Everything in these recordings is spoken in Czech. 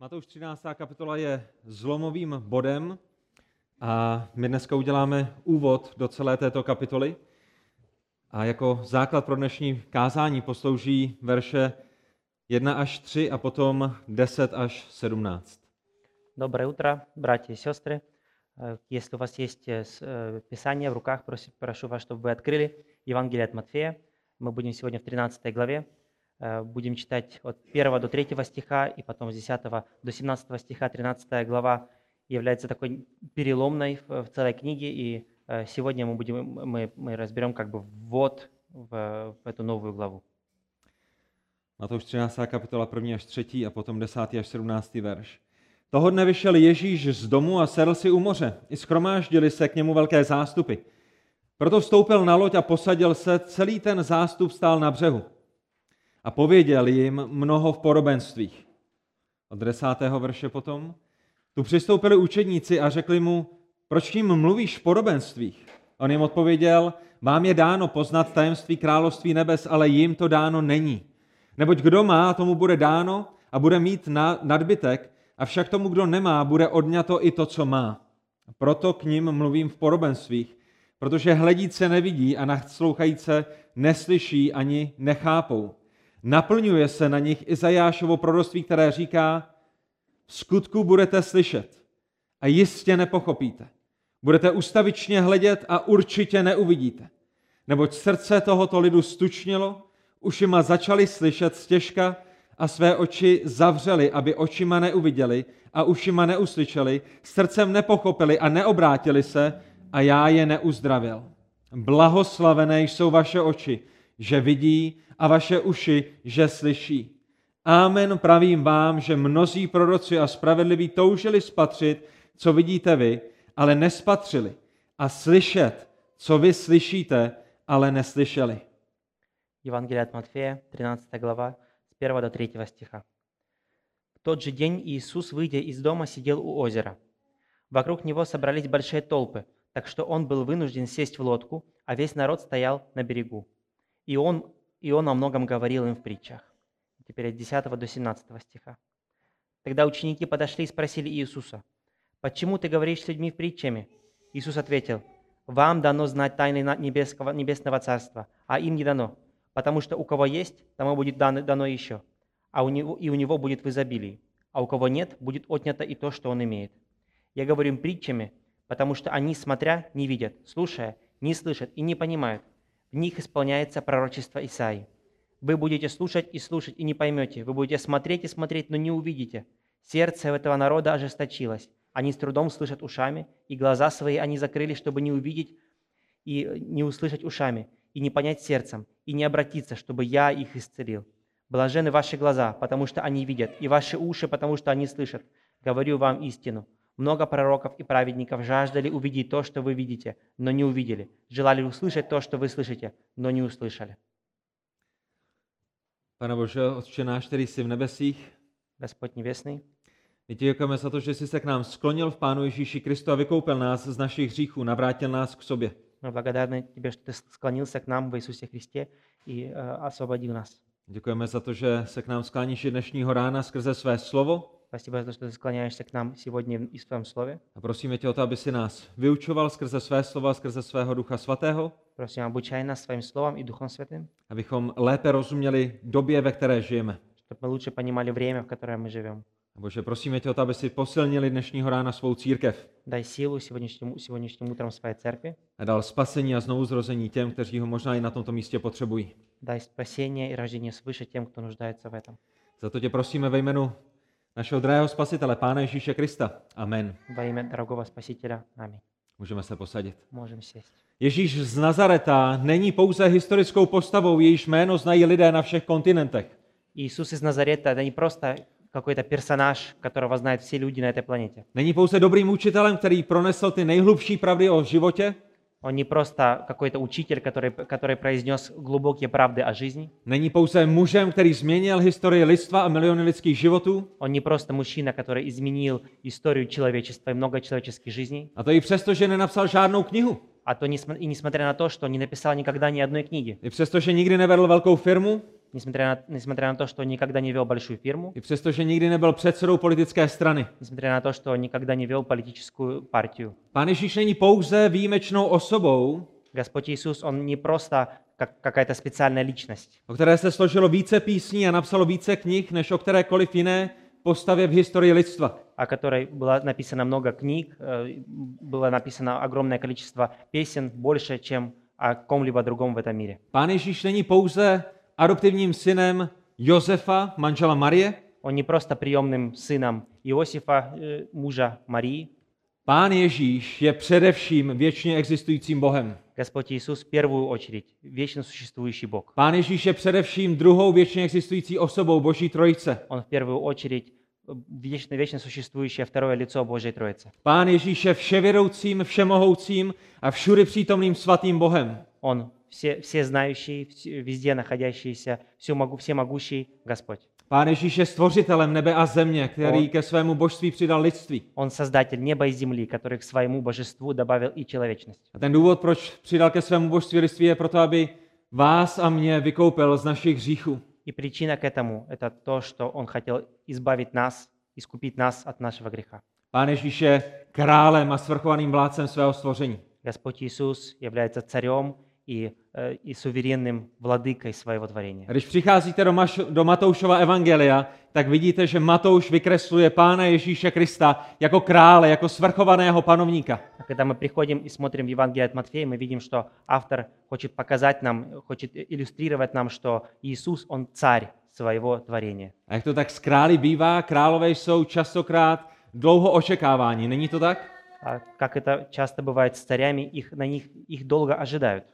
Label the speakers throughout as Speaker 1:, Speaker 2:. Speaker 1: Matouš 13. kapitola je zlomovým bodem a my dneska uděláme úvod do celé této kapitoly. A jako základ pro dnešní kázání poslouží verše 1 až 3 a potom 10 až 17.
Speaker 2: Доброе утро, братья и сестры. Э, Если у вас есть э, с- э, Писание в руках, проси- прошу вас, чтобы вы открыли Евангелие от Матфея. Мы будем сегодня в 13 главе. Э, Будем читать от 1 до 3 стиха и потом с 10 до 17 стиха. 13 глава является такой переломной в в целой книге. И э, сегодня мы, будем, мы, мы разберем как бы ввод в, в эту новую главу.
Speaker 1: Matouš 13. kapitola 1. až 3. a potom 10. až 17. verš. Toho dne vyšel Ježíš z domu a sedl si u moře. I schromáždili se k němu velké zástupy. Proto vstoupil na loď a posadil se, celý ten zástup stál na břehu. A pověděl jim mnoho v porobenstvích. Od 10. verše potom. Tu přistoupili učedníci a řekli mu, proč tím mluvíš v porobenstvích? On jim odpověděl, vám je dáno poznat tajemství království nebes, ale jim to dáno není. Neboť kdo má, tomu bude dáno a bude mít na, nadbytek, avšak tomu, kdo nemá, bude odňato i to, co má. Proto k ním mluvím v porobenstvích, protože hledíce nevidí a naslouchajíce neslyší ani nechápou. Naplňuje se na nich Izajášovo proroctví, které říká, v skutku budete slyšet a jistě nepochopíte. Budete ustavičně hledět a určitě neuvidíte. Neboť srdce tohoto lidu stučnilo, ušima začali slyšet stěžka a své oči zavřeli, aby očima neuviděli a ušima neuslyšeli, srdcem nepochopili a neobrátili se a já je neuzdravil. Blahoslavené jsou vaše oči, že vidí a vaše uši, že slyší. Amen pravím vám, že mnozí proroci a spravedliví toužili spatřit, co vidíte vy, ale nespatřili, a slyšet, co vy slyšíte, ale neslyšeli.
Speaker 2: Евангелие от Матфея, 13 глава, с 1 до 3 стиха. В тот же день Иисус, выйдя из дома, сидел у озера. Вокруг него собрались большие толпы, так что он был вынужден сесть в лодку, а весь народ стоял на берегу. И он, и он о многом говорил им в притчах. Теперь от 10 до 17 стиха. Тогда ученики подошли и спросили Иисуса, «Почему ты говоришь с людьми притчами?» Иисус ответил, «Вам дано знать тайны на- небесного, небесного царства, а им не дано, потому что у кого есть, тому будет дано, дано еще, а у него, и у него будет в изобилии, а у кого нет, будет отнято и то, что он имеет. Я говорю им притчами, потому что они, смотря, не видят, слушая, не слышат и не понимают. В них исполняется пророчество Исаии. Вы будете слушать и слушать и не поймете, вы будете смотреть и смотреть, но не увидите. Сердце этого народа ожесточилось. Они с трудом слышат ушами, и глаза свои они закрыли, чтобы не увидеть и э, не услышать ушами, и не понять сердцем, и не обратиться, чтобы я их исцелил. Блажены ваши глаза, потому что они видят, и ваши уши, потому что они слышат. Говорю вам истину. Много пророков и праведников жаждали увидеть то, что вы видите, но не увидели. Желали услышать то, что вы slышите, но не услышали.
Speaker 1: Pane Bože, Otče náš, který jsi v nebesích,
Speaker 2: Господь Небесный,
Speaker 1: my ti děkujeme za to, že jsi se k nám sklonil v Pánu Ježíši Kristu a vykoupil nás z našich hříchů, navrátil nás k sobě.
Speaker 2: мы благодарны Тебе, что Ты склонился к нам в Иисусе Христе и э, освободил нас.
Speaker 1: Děkujeme za to, že se k nám skláníš i dnešního rána skrze své slovo
Speaker 2: Спасибо за то, что Ты склоняешься к нам сегодня в- и в Твоем Слове.
Speaker 1: a prosíme tě o to, aby si nás vyučoval skrze své slova, skrze svého Ducha Svatého,
Speaker 2: Просим, обучай нас Своим Словом и Духом Святым,
Speaker 1: abychom lépe rozuměli době, ve které žijeme.
Speaker 2: чтобы мы лучше понимали время, в которое мы живем.
Speaker 1: A Bože, prosíme tě o to, aby si posilnili dnešního rána svou církev
Speaker 2: Дай силу сегодняшнему, сегодняшним утром своей церкви.
Speaker 1: a dal spasení a znovuzrození těm, kteří ho možná i na tomto místě potřebují.
Speaker 2: Дай спасение и рождение свыше тем, кто нуждается в этом.
Speaker 1: Za to tě prosíme ve jménu našeho drahého spasitele, Pána Ježíše Krista. Amen.
Speaker 2: Во имя дорогого Спасителя. Аминь.
Speaker 1: Můžeme se posadit.
Speaker 2: Можем сесть.
Speaker 1: Ježíš z Nazareta není pouze historickou postavou, jejíž jméno znají lidé na všech kontinentech.
Speaker 2: Иисус из Назарета – это не просто какой-то персонаж, которого знают все люди на этой планете.
Speaker 1: Není pouze dobrým učitelem, který pronesl ty nejhlubší pravdy o životě.
Speaker 2: Он не просто какой-то учитель, который, который произнес глубокие правды о жизни.
Speaker 1: Není pouze mužem, který změnil historii lidstva a miliony lidských životů.
Speaker 2: Он не просто мужчина, который изменил историю человечества и много человеческих жизней.
Speaker 1: A to i přesto, že nenapsal žádnou knihu.
Speaker 2: А то несмо- и несмотря на то, что он не написал никогда ни одной книги,
Speaker 1: I přesto, že nikdy nevedl velkou firmu.
Speaker 2: несмотря на, несмотря на то, что никогда не вел большую фирму,
Speaker 1: I přesto, že nikdy nebyl předsedou politické strany.
Speaker 2: несмотря на то, что никогда не вел политическую партию.
Speaker 1: Pán Ježíš není pouze výjimečnou osobou,
Speaker 2: Господь Иисус, Он не просто как какая-то специальная личность,
Speaker 1: o které se složilo více písní a napsalo více knih, než o kterékoliv jiné postavě v historii lidstva.
Speaker 2: о которой было написано много книг, э, было написано огромное количество песен, больше, чем о ком-либо другом в этом мире.
Speaker 1: Pán Ježíš není pouze adoptivním synem Josefa, manžela Marie.
Speaker 2: Он не просто приемным сыном Иосифа, э, мужа Марии.
Speaker 1: Pán Ježíš je především věčně existujícím Bohem.
Speaker 2: Господь Иисус в первую очередь вечно существующий Бог.
Speaker 1: Pán Ježíš je především druhou věčně existující osobou Boží Trojice.
Speaker 2: Он в первую очередь э, вечно, вечно существующее второе лицо Божьей Троицы.
Speaker 1: Pán Ježíš je vševědoucím, všemohoucím a všudy přítomným svatým Bohem.
Speaker 2: Он все, всезнающий, вс- везде находящийся, все, могу, всемогущий Господь.
Speaker 1: Pán Ježíš je stvořitelem nebe a země, který ke svému božství přidal lidství.
Speaker 2: Он создатель неба и земли, который к своему божеству добавил и человечность.
Speaker 1: A ten důvod, proč přidal ke svému božství lidství, je proto, aby vás a mě vykoupil z našich hříchů.
Speaker 2: И причина к этому – это то, что он хотел избавить нас, искупить нас от нашего греха.
Speaker 1: Pán Ježíš je králem a svrchovaným vládcem svého stvoření.
Speaker 2: Господь Иисус является царем и, э, и суверенным владыкой своего
Speaker 1: A
Speaker 2: творения.
Speaker 1: Když přicházíte do, Maš- do Matoušova evangelia, tak vidíte, že Matouš vykresluje Pána Ježíše Krista jako krále, jako svrchovaného panovníka.
Speaker 2: А когда мы приходим и смотрим Евангелие от Матфея, мы видим, что автор хочет показать нам, э, хочет э, иллюстрировать нам, что Иисус, Он царь своего творения.
Speaker 1: A jak to tak s králi bývá, králové jsou častokrát dlouho očekávání, není to tak?
Speaker 2: А как это часто бывает с царями, их, на них их долго ожидают.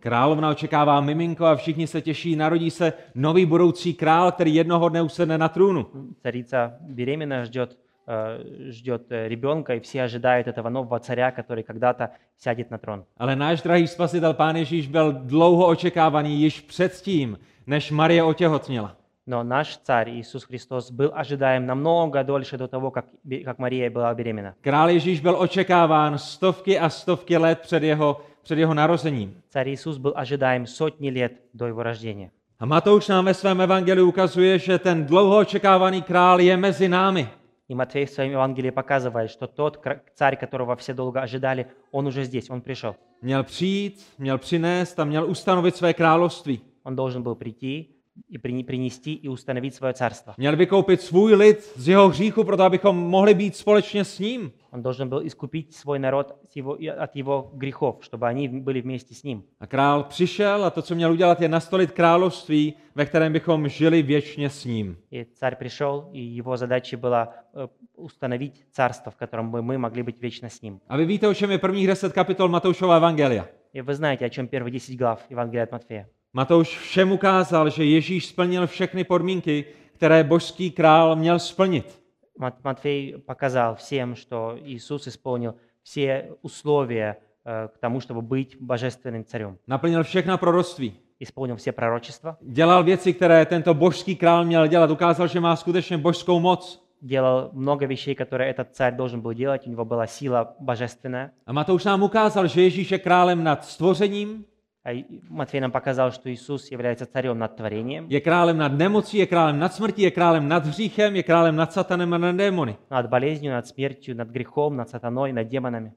Speaker 1: Královna očekává miminko a všichni se těší, narodí se nový budoucí král, který jednoho dne usedne na trůnu.
Speaker 2: Царица беременная ждет, э, ждет э, ребенка, и все ожидают этого нового царя, который когда-то сядет на трон.
Speaker 1: Ale náš drahý spasitel Pán Ježíš byl dlouho očekávaný již předtím, než Marie otěhotněla.
Speaker 2: Но наш царь Иисус Христос был ожидаем намного дольше до того, как, бе- как Мария была беременна.
Speaker 1: Král Ježíš byl očekáván stovky a stovky let před jeho, před jeho narozením.
Speaker 2: Царь Иисус был ожидаем сотни лет до его рождения.
Speaker 1: A Matouš nám ve svém evangeliu ukazuje, že ten dlouho očekávaný král je mezi námi.
Speaker 2: И Матфей в своем Евангелии показывает, что тот кра- царь, которого все долго ожидали, он уже здесь, он пришел.
Speaker 1: Měl přijít, měl přinést a měl ustanovit své království.
Speaker 2: Он должен был прийти и прини- принести и установить свое царство.
Speaker 1: Měl vykoupit svůj lid z jeho hříchu, proto abychom mohli být společně s ním.
Speaker 2: Он должен был искупить свой народ с его- и от его грехов, чтобы они были вместе с ним.
Speaker 1: A král přišel a to, co měl udělat, je nastolit království, ve kterém bychom žili věčně s ním.
Speaker 2: И царь пришел, и его задача была э, установить царство, в котором мы- мы могли быть вечно с ним.
Speaker 1: A vy víte, o čem je prvních deset kapitol Matoušova evangelia.
Speaker 2: И вы знаете, о чем первые 10 глав Евангелия от Матфея.
Speaker 1: Matouš všem ukázal, že Ježíš splnil všechny podmínky, které božský král měl splnit.
Speaker 2: Мат- Матфей показал всем, что Иисус исполнил все условия э, к тому, чтобы быть божественным царем.
Speaker 1: Naplnil všechna proroctví.
Speaker 2: Исполнил все пророчества,
Speaker 1: Dělal věci, které tento božský král měl dělat. Ukázal, že má skutečně božskou moc.
Speaker 2: делал много вещей, которые этот царь должен был делать. У него была сила божественная.
Speaker 1: A Matouš nám ukázal, že Ježíš je králem nad stvořením,
Speaker 2: А и- Матфей нам показал, что Иисус является царем над творением,
Speaker 1: je králem nad nemocí, je králem nad smrtí, je králem nad hříchem, je králem nad satanem a nad démony.
Speaker 2: над болезнью, над смертью, над грехом, над сатаной, над демонами.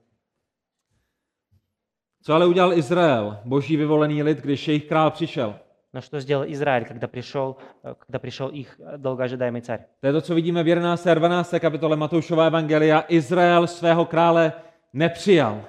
Speaker 1: Co ale udělal Izrael, boží vyvolený lid, když jejich král přišel?
Speaker 2: Но что сделал Израиль, когда пришел, э, когда пришел их э, долгоожидаемый царь?
Speaker 1: To je to, co vidíme v 11. a 12. kapitole Matoušova evangelia. Izrael svého krále nepřijal.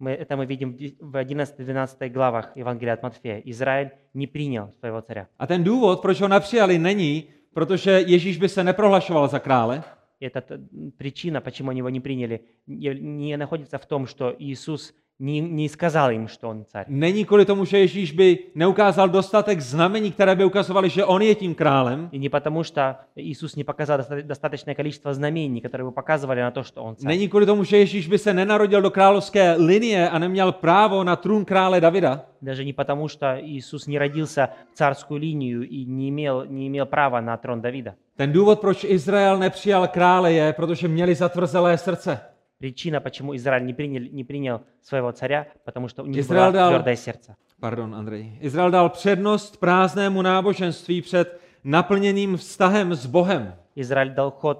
Speaker 2: Мы, это мы видим в де- в 11-12 главах Евангелия от Матфея. Израиль не принял своего царя.
Speaker 1: A ten důvod, proč ho nepřijali, není, protože Ježíš by se neprohlašoval za krále,
Speaker 2: И эта т- м, причина, почему они его не приняли, не, не находится в том, что Иисус не, не сказал им, что он царь.
Speaker 1: není kvůli tomu, že Ježíš by neukázal dostatek znamení, které by ukazovaly, že on je tím králem.
Speaker 2: И не потому, что Иисус не показал доста- достаточное количество знамений, которые бы показывали на то, что он царь.
Speaker 1: Není kvůli tomu, že Ježíš by se nenarodil do královské linie a neměl právo na trůn krále Davida.
Speaker 2: Даже не потому, что Иисус не родился в царскую линию и не имел, не имел права на трон Давида.
Speaker 1: Ten důvod, proč Izrael nepřijal krále, je, protože měli zatvrzelé srdce.
Speaker 2: Причина, почему Израиль не принял, не принял своего царя, потому что у них
Speaker 1: Израиль
Speaker 2: было
Speaker 1: дал-
Speaker 2: твердое сердце.
Speaker 1: Pardon, Andrej. Izrael dal přednost prázdnému náboženství před naplněným vztahem s Bohem.
Speaker 2: Израиль дал ход,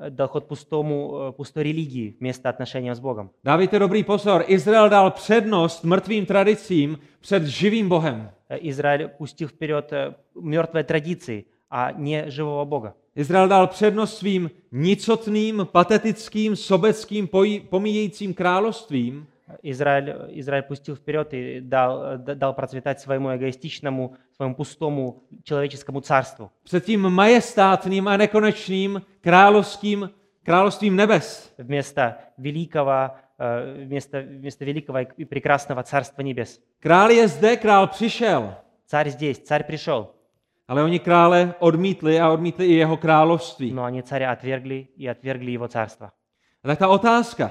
Speaker 2: э, дал ход пустому, э, пустой религии вместо отношения с Богом.
Speaker 1: Dávejte dobrý pozor, Izrael dal přednost mrtvým tradicím před živým Bohem.
Speaker 2: Э, Израиль пустил вперед э, мертвые традиции, а не живого Бога.
Speaker 1: Izrael dal přednost svým nicotným, patetickým, sobeckým, pojí- pomíjejícím královstvím
Speaker 2: Израиль, э, Израиль пустил вперед и дал, э, да- дал процветать своему эгоистичному, своему пустому человеческому царству,
Speaker 1: před tím majestátným a nekonečným královským, královstvím nebes.
Speaker 2: вместо великого, э, вместо, вместо великого и прекрасного Царства Небес.
Speaker 1: Král je zde, král přišel,
Speaker 2: Царь здесь, царь пришел,
Speaker 1: ale oni krále odmítli a odmítli i jeho království.
Speaker 2: но они царя отвергли и отвергли его царство.
Speaker 1: A tak ta otázka,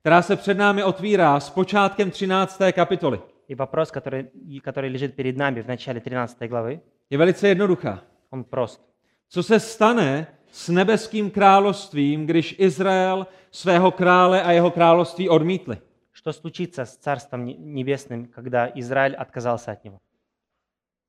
Speaker 1: která se před námi otvírá s počátkem 13. kapitoly,
Speaker 2: И вопрос, который, и который лежит перед нами в начале 13 главы,
Speaker 1: je velice jednoduchá.
Speaker 2: он прост.
Speaker 1: Co se stane s nebeským královstvím, když Izrael svého krále a jeho království odmítli?
Speaker 2: Что случится с Царством Не- Небесным, когда Израиль отказался от него?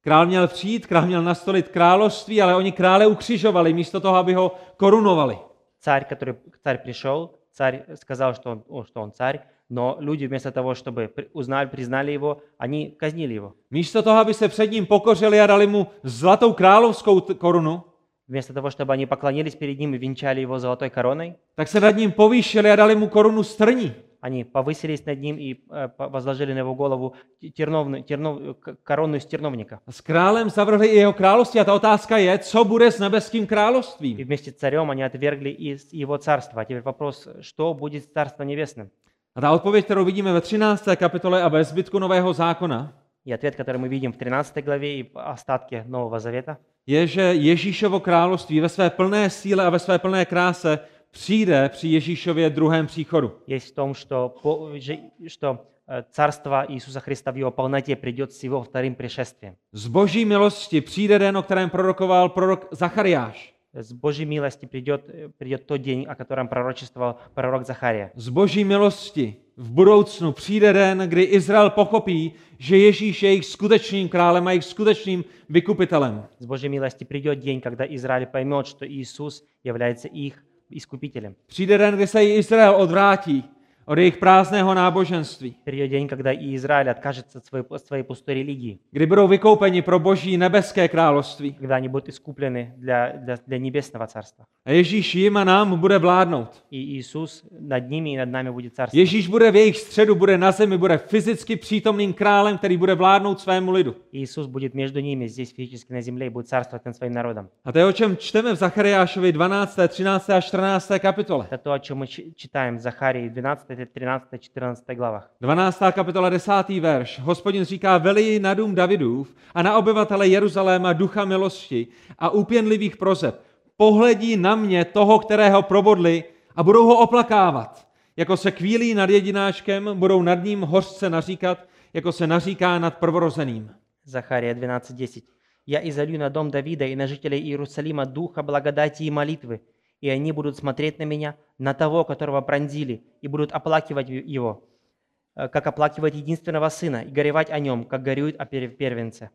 Speaker 1: Král měl přijít, král měl nastolit království, ale oni krále ukřižovali místo toho, aby ho korunovali.
Speaker 2: Царь, который царь пришел, царь сказал, что он, о, что он царь, но люди вместо того, чтобы при- узнали, признали его, они казнили его.
Speaker 1: Místo toho, aby se před ním pokořili a dali mu zlatou královskou t- korunu,
Speaker 2: Вместо того, чтобы они поклонились перед ним и венчали его золотой короной,
Speaker 1: tak se nad ním povýšili a dali mu korunu strní.
Speaker 2: они повысились над ним и э, по- возложили на его голову те- терновны- тернов- к- корону из терновника.
Speaker 1: A s králem zavrhli i jeho království a ta otázka je, co bude s nebeským
Speaker 2: И
Speaker 1: královstvím.
Speaker 2: вместе с царем они отвергли и с- его царство. А теперь вопрос, что будет с царством небесным?
Speaker 1: A ta odpověď, kterou vidíme ve 13. kapitole a ve zbytku Nového zákona,
Speaker 2: И ответ, который мы видим в 13 главе и в остатке Нового Завета,
Speaker 1: je, že Ježíšovo království ve své plné síle a ve své plné kráse přijde při Ježíšově druhém příchodu.
Speaker 2: есть в том, что, по- же- что э, царство Иисуса Христа в его полноте придет с его вторым пришествием.
Speaker 1: Z boží milosti přijde den, o kterém prorokoval prorok Zachariáš.
Speaker 2: С Божьей милости придет, э, придет тот день, о котором пророчествовал пророк Захария.
Speaker 1: Z boží milosti v budoucnu přijde den, kdy Izrael pochopí, že Ježíš je jejich skutečným králem a jejich skutečným vykupitelem.
Speaker 2: С Божьей милости придет день, когда Израиль поймет, что Иисус является их искупителем.
Speaker 1: Přijde den, kdy se i Izrael odvrátí od jejich prázdného náboženství,
Speaker 2: Придет день, когда и Израиль откажется от своей, от своей пустой религии,
Speaker 1: kdy budou vykoupeni pro boží nebeské království.
Speaker 2: когда они будут искуплены для, для, для небесного царства.
Speaker 1: A Ježíš jim a nám bude vládnout.
Speaker 2: И Иисус над ними и над нами будет царствовать.
Speaker 1: Ježíš bude v jejich středu, bude na zemi, bude fyzicky přítomným králem, který bude vládnout svému lidu.
Speaker 2: И Иисус будет между ними здесь физически на земле и будет царствовать над своим народом.
Speaker 1: A to je o čem čteme v Zachariášovi 12., 13. a 14. kapitole.
Speaker 2: Это то, о чем мы чи- читаем в Захарии 12, 13, 14 главах.
Speaker 1: 12. kapitola 10. verš. Hospodin říká, veli na dům Davidův a na obyvatele Jeruzaléma ducha milosti a úpěnlivých prozeb. Pohledí na mě toho, kterého probodli a budou ho oplakávat. Jako se kvílí nad jedináčkem, budou nad ním hořce naříkat, jako se naříká nad prvorozeným.
Speaker 2: Захария 12, 10. «Я изолью на дом Давида и на жителей Иерусалима духа благодати и молитвы, и они будут смотреть на меня, на того, которого пронзили, и будут оплакивать е- его, э, как оплакивает единственного сына, и горевать о нем, как горюют о пер- первенце».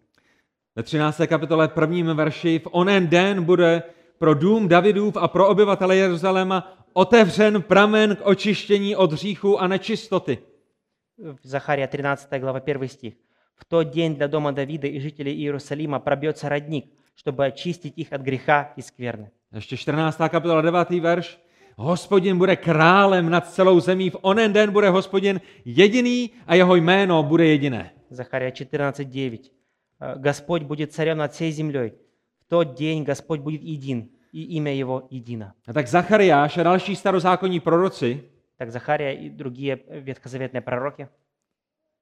Speaker 1: Ve 13. kapitole prvním verši v onen den bude pro dům Davidův a pro obyvatele Jeruzaléma otevřen pramen k očištění od hříchu a nečistoty.
Speaker 2: В Захария 13 глава 1 стих. «В тот день для дома Давида и жителей Иерусалима пробьется родник, чтобы очистить их от греха и скверны».
Speaker 1: Ještě 14. kapitola 9. verš. Hospodin bude králem nad celou zemí, v onen den bude hospodin jediný a jeho jméno bude jediné.
Speaker 2: Захария 14:9. Э, Господь будет царем над всей землей. В тот день Господь будет един, и имя Его едино.
Speaker 1: A tak Zachariáš a další starozákonní proroci,
Speaker 2: Так Захария и другие э, ветхозаветные пророки,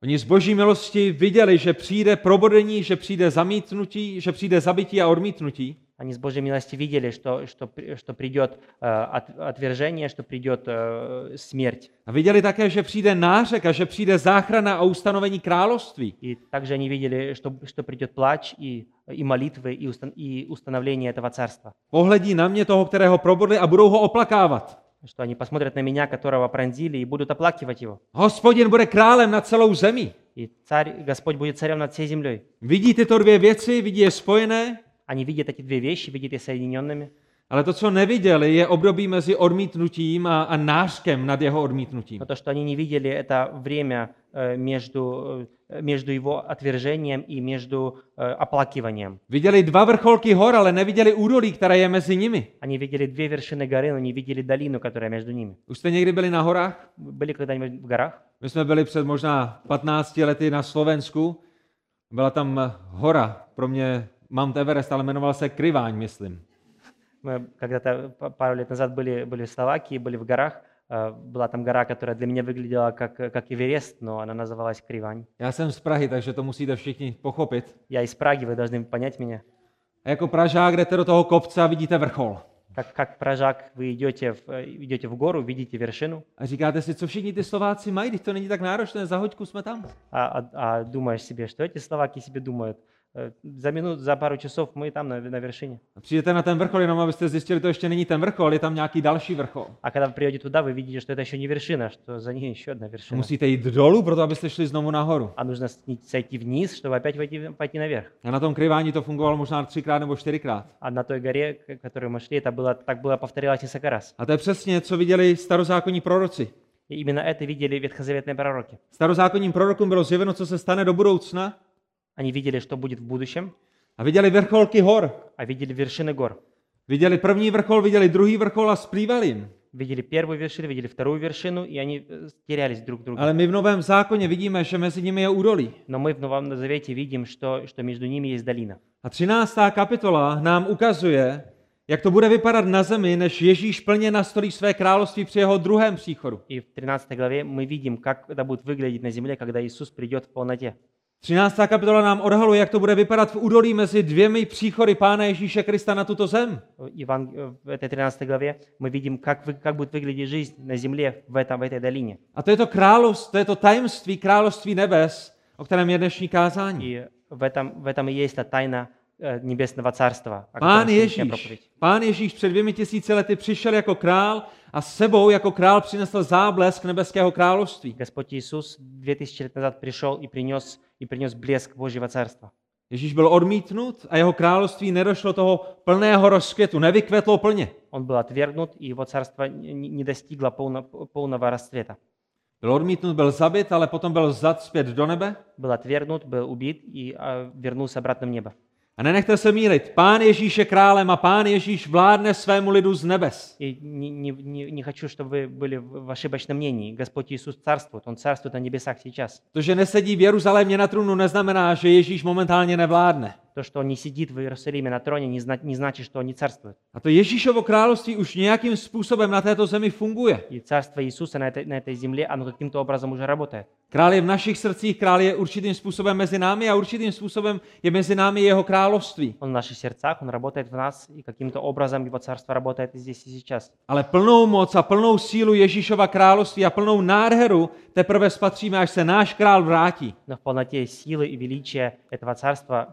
Speaker 1: oni z boží milosti viděli, že přijde probodení, že přijde zamítnutí, že přijde zabití a odmítnutí.
Speaker 2: они с Божьей милости видели, что, что, при- что придет э, от- отвержение, что придет э, смерть.
Speaker 1: A viděli také, že přijde nářek a že přijde záchrana a ustanovení království.
Speaker 2: И также они видели, что, что придет плач и, и молитвы, и, устан- и установление этого царства.
Speaker 1: Pohledí na mě toho, kterého probodli a budou ho oplakávat.
Speaker 2: что они посмотрят на меня, которого пронзили, и будут оплакивать его.
Speaker 1: Hospodin bude králem nad celou zemí.
Speaker 2: И царь, Господь будет царем над всей землей.
Speaker 1: Vidí tyto dvě věci, vidí je spojené,
Speaker 2: Они видят эти две вещи, видят их соединенными.
Speaker 1: ale to, co neviděli, je období mezi odmítnutím a, a nářkem nad jeho odmítnutím.
Speaker 2: Но то, что они не видели, это время э, между, э, между его отвержением и между э, оплакиванием.
Speaker 1: Viděli dva vrcholky hor, ale neviděli údolí, které je mezi nimi.
Speaker 2: Они видели две вершины горы, но не видели долину, которая между ними.
Speaker 1: Už jste někdy byli na horách?
Speaker 2: Вы Были когда-нибудь в горах?
Speaker 1: My jsme byli před možná 15 lety na Slovensku. Byla tam eh, hora, pro mě Mount Everest, ale jmenoval se Kryváň, myslím.
Speaker 2: Мы когда-то п- пару лет назад были, были в Словакии, были в горах. Э, Была там гора, которая для меня выглядела как, э, как Эверест, но она называлась Кривань.
Speaker 1: Já jsem z Prahy, takže to musíte všichni pochopit.
Speaker 2: Я из Праги, вы должны понять меня.
Speaker 1: A jako Pražák jdete do toho kopce a vidíte vrchol.
Speaker 2: Как, как прожак вы идете в, э, идете в гору, видите вершину,
Speaker 1: A říkáte si, co všichni ty Slováci mají, když to není tak náročné, za hoďku jsme tam.
Speaker 2: а, а- а думаешь себе, что эти словаки себе думают. Э, За минут, за пару часов мы и там на, на вершине.
Speaker 1: A přijdete na ten vrchol, jenom abyste zjistili, to ještě není ten vrchol, je tam nějaký další vrchol.
Speaker 2: А когда вы приедете туда, вы видите, что это еще не вершина, что за ней еще одна вершина.
Speaker 1: Musíte jít dolů, proto abyste šli znovu nahoru.
Speaker 2: А нужно сни- сойти vниз, чтобы опять войти, пойти наверх.
Speaker 1: A na tom kryvání to fungovalo možná třikrát nebo čtyřikrát.
Speaker 2: А на той горе, к которой мы шли, это было, так было повторялось несколько раз.
Speaker 1: A to je přesně, co viděli starozákonní proroci.
Speaker 2: И именно это видели ветхозаветные пророки.
Speaker 1: Starozákonním prorokům bylo zjeveno, co se stane do budoucna
Speaker 2: Они видели, что будет в будущем,
Speaker 1: a viděli vrcholky hor.
Speaker 2: а видели вершины гор.
Speaker 1: Viděli první vrchol, viděli druhý vrchol a splývali jim.
Speaker 2: Видели первую вершину, видели вторую вершину, и они э, терялись друг в друге.
Speaker 1: Ale my v Novém zákoně vidíme, že mezi nimi je údolí.
Speaker 2: Но мы в Новом Завете видим, что, что между ними есть долина.
Speaker 1: A 13. kapitola nám ukazuje, jak to bude vypadat na zemi, než Ježíš plně nastolí své království při jeho druhém příchodu.
Speaker 2: И в 13 главе мы видим, как это будет выглядеть на земле, когда Иисус придет в полноте.
Speaker 1: 13. kapitola nám odhaluje, jak to bude vypadat v údolí mezi dvěmi příchody Pána Ježíše Krista na tuto zem.
Speaker 2: В Еван- э, В этой 13 главе мы видим, как, вы- как будет выглядеть жизнь на земле в, этом, в этой долине.
Speaker 1: A to je to království, to je to tajemství království nebes, o kterém je dnešní kázání.
Speaker 2: И в этом, в этом и есть та тайна э, небесного царства. о котором
Speaker 1: Pán
Speaker 2: сегодняшняя
Speaker 1: Ježíš,
Speaker 2: проповедь.
Speaker 1: Pán Ježíš před dvěmi tisíci lety přišel jako král a s sebou jako král přinesl záblesk nebeského království.
Speaker 2: Господь Иисус 2000 лет назад пришел и принес, и принес блеск Божьего царства.
Speaker 1: Ježíš byl odmítnut a jeho království nedošlo toho plného rozkvětu, nevykvetlo plně.
Speaker 2: Он был отвергнут, и его царство не не достиglо полно- полного расцвета.
Speaker 1: Byl odmítnut, byl zabit, ale potom byl vzat zpět do nebe.
Speaker 2: Был отвергнут, был убит и а, вернулся обратно в небо.
Speaker 1: A nenechte se mílit, pán Ježíš je králem a pán Ježíš vládne svému lidu z nebes.
Speaker 2: И не, не- не- не хочу, чтобы вы были в в ошибочном мнении. Господь Иисус царствует, Он царствует на небесах сейчас.
Speaker 1: To, že nesedí v Jeruzalémě na trůnu, neznamená, že Ježíš momentálně nevládne.
Speaker 2: То, что Он не сидит в Иерусалиме на троне, не, зна- не значит, что Он не царствует.
Speaker 1: A to Ježíšovo království už nějakým způsobem na této zemi funguje.
Speaker 2: И царство Иисуса на этой, на этой земле, оно каким-то образом уже работает.
Speaker 1: Král je v našich srdcích, král je určitým způsobem mezi námi a určitým způsobem je mezi námi jeho království.
Speaker 2: Он в наших сердцах, Он работает в нас, и каким-то образом Его царство работает и здесь и сейчас.
Speaker 1: Ale plnou moc a plnou sílu Ježíšova království a plnou nádheru teprve spatříme, až se náš král vrátí.
Speaker 2: Но в полноте силы и величия этого царства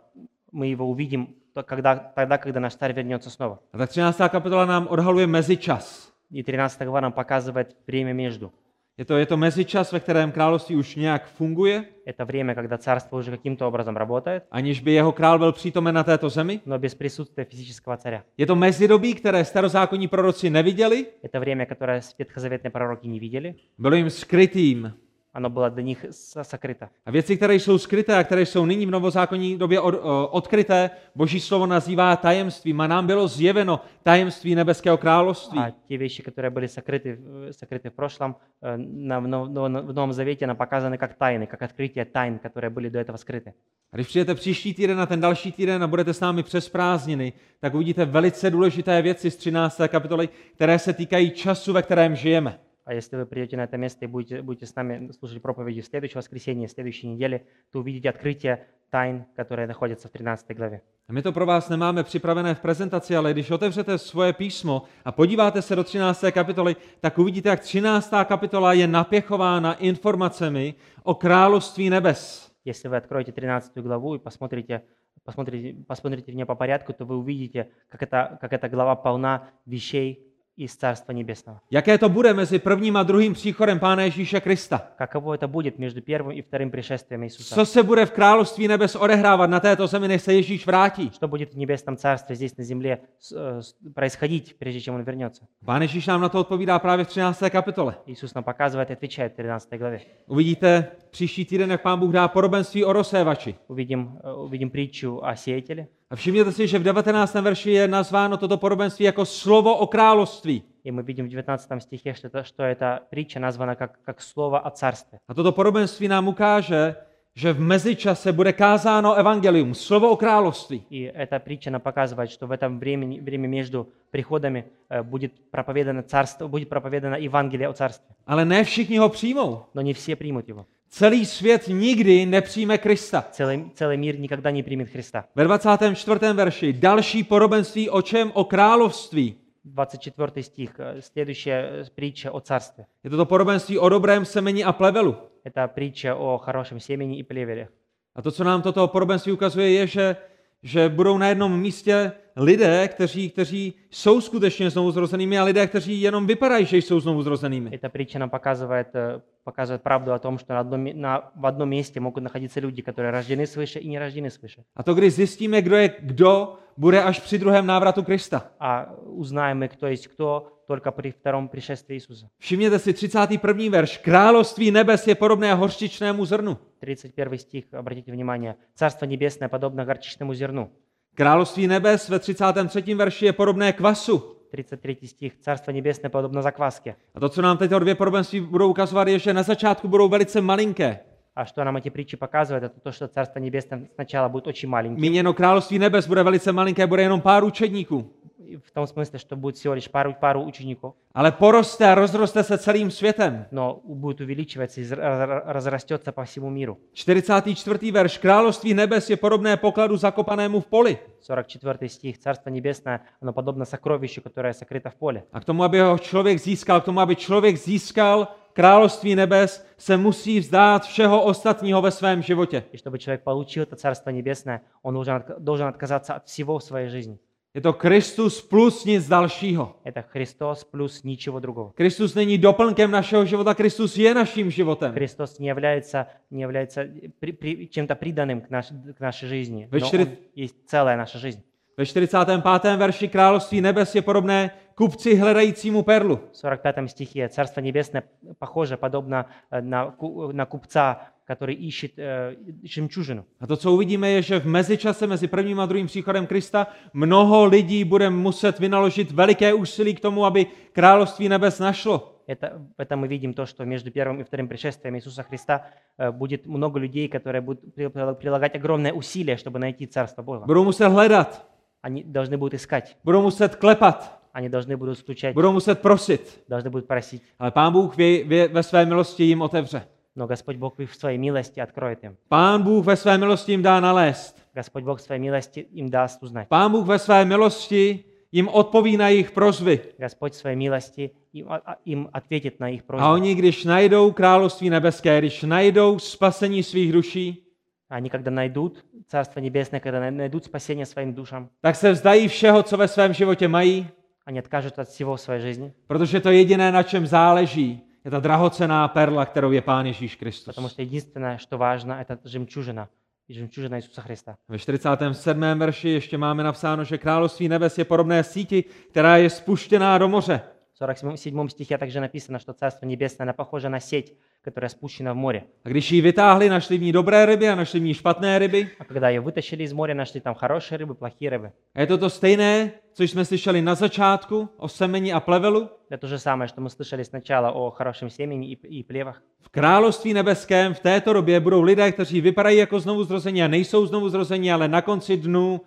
Speaker 2: мы его увидим то- когда, тогда, когда наш царь вернется снова.
Speaker 1: A tak 13. kapitola nám odhaluje mezičas.
Speaker 2: И 13 глава нам показывает время между.
Speaker 1: Je to, je to mezičas, ve kterém království už nějak funguje,
Speaker 2: Это время, когда царство уже каким-то образом работает,
Speaker 1: aniž by jeho král byl přítomen na této zemi.
Speaker 2: но без присутствия физического царя.
Speaker 1: Je to mezidobí, které starozákonní proroci neviděli,
Speaker 2: Это время, которое ветхозаветные пророки не видели,
Speaker 1: bylo jim skrytým.
Speaker 2: оно было для них со- сокрыто.
Speaker 1: A věci, které jsou skryté a které jsou nyní v novozákonní době od, o, odkryté, boží slovo nazývá tajemstvím a nám bylo zjeveno tajemství nebeského království.
Speaker 2: А те вещи, которые были сокрыты, в- сокрыты в прошлом, э, на- в Нов- Нов- в Новом Завете нам показаны как тайны, как открытие тайн, которые были до этого скрыты.
Speaker 1: A když přijete příští týden na ten další týden a budete s námi přes prázdniny, tak uvidíte velice důležité věci z 13. kapitoly, které se týkají času, ve kterém žijeme.
Speaker 2: А если вы придете на это место и будете, будете с нами слушать проповеди в следующее воскресенье, в следующей неделе, то увидите открытие тайн, которые находятся в 13 главе.
Speaker 1: A my to pro vás nemáme připravené v prezentaci, ale když otevřete svoje písmo a podíváte se do 13. kapitoly, tak uvidíte, jak 13. kapitola je napěchována informacemi o království nebes.
Speaker 2: Если вы откроете 13 главу и посмотрите, посмотрите, посмотрите в нее по порядку, то вы увидите, как эта, как эта глава полна вещей из Царства Небесного.
Speaker 1: Jaké to bude mezi prvním a druhým příchodem Pána Ježíše Krista?
Speaker 2: Каково это будет между первым и вторым пришествием Иисуса?
Speaker 1: Co se bude v království nebes odehrávat na této zemi, než se Ježíš vrátí?
Speaker 2: Что будет в Небесном Царстве здесь на земле с- э, с- происходить, прежде чем Он вернется?
Speaker 1: Pán Ježíš nám na to odpovídá právě v 13. kapitole.
Speaker 2: Иисус нам показывает и отвечает в 13 главе.
Speaker 1: Uvidíte příští týden, jak Pán Bůh dá podobenství o rozsévači.
Speaker 2: Увидим, э, увидим притчу о сеятеле,
Speaker 1: A všimněte si, že v 19. verši je nazváno toto podobenství jako slovo o království.
Speaker 2: и мы видим в 19 стихе, что, это, что эта притча названа как, как слово о царстве.
Speaker 1: A toto podobenství nám ukáže, že v mezičase bude kázáno evangelium, slovo o království.
Speaker 2: И эта притча нам показывает, что в этом времени, время между приходами э, будет проповедано царство, будет проповедано Евангелие о царстве.
Speaker 1: Ale ne všichni ho přijmou.
Speaker 2: Но не все примут его.
Speaker 1: Celý svět nikdy nepřijme Krista.
Speaker 2: Целый, целый мир никогда не примет Христа.
Speaker 1: Ve 24. verši další podobenství o čem? O království.
Speaker 2: 24 стих, э, следующая э, притча о царстве.
Speaker 1: Je toto podobenství o dobrém semeni a plevelu.
Speaker 2: Это притча о хорошем семени и плевеле.
Speaker 1: A to, co nám toto podobenství ukazuje, je, že, že budou na jednom místě lidé, kteří, kteří jsou skutečně znovu zrozenými a lidé, kteří jenom vypadají, že jsou znovu zrozenými.
Speaker 2: Эта притча нам показывает, э, показывает правду о том, что на одном, ме- на, в одном месте могут находиться люди, которые рождены свыше и не рождены свыше.
Speaker 1: A to, když zjistíme, kdo je kdo, bude až při druhém návratu Krista.
Speaker 2: А узнаем мы, кто есть кто, только при втором пришествии Иисуса.
Speaker 1: Všimněte si 31. verš. Království nebes je podobné horčičnému zrnu.
Speaker 2: 31 стих, обратите внимание. «Царство небесное подобно горчичному зерну».
Speaker 1: Království nebes ve 33. verši je podobné kvasu.
Speaker 2: 33 стих. «Царство небесное подобно закваске».
Speaker 1: A to, co nám teď dvě podobenství budou ukazovat, je, že na začátku budou velice malinké.
Speaker 2: А что нам эти притчи показывают, это то, что Царство Небесное сначала будет очень маленьким,
Speaker 1: Míněno království nebes bude velice malinké, bude jenom pár učedníků.
Speaker 2: и в том смысле, что будет всего лишь пару, пару учеников,
Speaker 1: Ale poroste a rozroste se celým světem.
Speaker 2: но будет увеличиваться и зра- раз- разрастется по всему миру.
Speaker 1: 44. verš. Království nebes je podobné pokladu zakopanému v poli.
Speaker 2: 44 стих. Царство Небесное, оно подобно сокровищу, которое сокрыто в поле.
Speaker 1: A k tomu, aby ho člověk získal, k tomu, aby člověk získal království nebes, se musí vzdát všeho ostatního ve svém životě.
Speaker 2: И чтобы человек получил это Царство Небесное, он должен, отк- должен отказаться от всего в своей жизни.
Speaker 1: Je to Kristus plus nic dalšího.
Speaker 2: Это Христос плюс ничего другого.
Speaker 1: Kristus není doplnkem našeho života, Kristus je naším životem.
Speaker 2: Христос не является, не является э, при- при- чем-то приданным к, наш- к нашей жизни,
Speaker 1: Вы
Speaker 2: но
Speaker 1: четыре-
Speaker 2: он есть целая наша жизнь.
Speaker 1: Ve 45. verši království nebes je podobné kupci hledajícímu perlu.
Speaker 2: в 45 стихе. Царство Небесное похоже, подобно э, на, ку- на купца, который ищет э, жемчужину.
Speaker 1: A to, co uvidíme, je, že v mezičase mezi prvním a druhým příchodem Krista mnoho lidí bude muset vynaložit veliké úsilí k tomu, aby království nebes našlo.
Speaker 2: Это, это мы видим то, что между первым и вторым пришествием Иисуса Христа э, будет много людей, которые будут при- при- прилагать огромное усилие, чтобы найти Царство Бога.
Speaker 1: Budou muset hledat,
Speaker 2: Они должны будут искать,
Speaker 1: budou muset klepat,
Speaker 2: они должны будут стучать,
Speaker 1: budou muset prosit.
Speaker 2: должны будут просить.
Speaker 1: Ale Pán Bůh vě, vě, ve své milosti jim otevře.
Speaker 2: Но Господь Бог в своей милости откроет им.
Speaker 1: Pán Bůh ve své milosti jim dá nalézt.
Speaker 2: Господь Бог в своей милости им даст узнать.
Speaker 1: Pán Bůh ve své milosti jim odpoví na jejich prozvy.
Speaker 2: Господь в своей милости им, а- а- им ответит на их
Speaker 1: A
Speaker 2: просьбу.
Speaker 1: oni, když najdou království nebeské, když najdou spasení svých duší,
Speaker 2: Они, когда найдут Царство Небесное, когда най- найдут спасение своим душам,
Speaker 1: tak se vzdají všeho, co ve svém životě mají,
Speaker 2: они откажут от всего в своей жизни,
Speaker 1: protože to jediné, na čem záleží, je ta drahocená perla, kterou je Pán Ježíš Kristus.
Speaker 2: потому что единственное, что важно, это жемчужина, и жемчужина Иисуса Христа.
Speaker 1: Ve 47. verši ještě máme napsáno, že království nebes je podobné síti, která je spuštěná do moře.
Speaker 2: В 47 стихе также написано, что Царство Небесное, оно похоже на сеть, которая спущена в море.
Speaker 1: A když ji vytáhli, našli v ní dobré ryby a našli v ní špatné ryby.
Speaker 2: А когда ее вытащили из моря, нашли там хорошие рыбы, плохие рыбы.
Speaker 1: A je to to stejné, co jsme slyšeli na začátku o semeni a plevelu.
Speaker 2: Это то же самое, что мы слышали сначала о хорошем семени и, п- и плевах.
Speaker 1: V království nebeském v této době budou lidé, kteří vypadají jako znovu zrození a nejsou znovu zrození, ale na konci dnu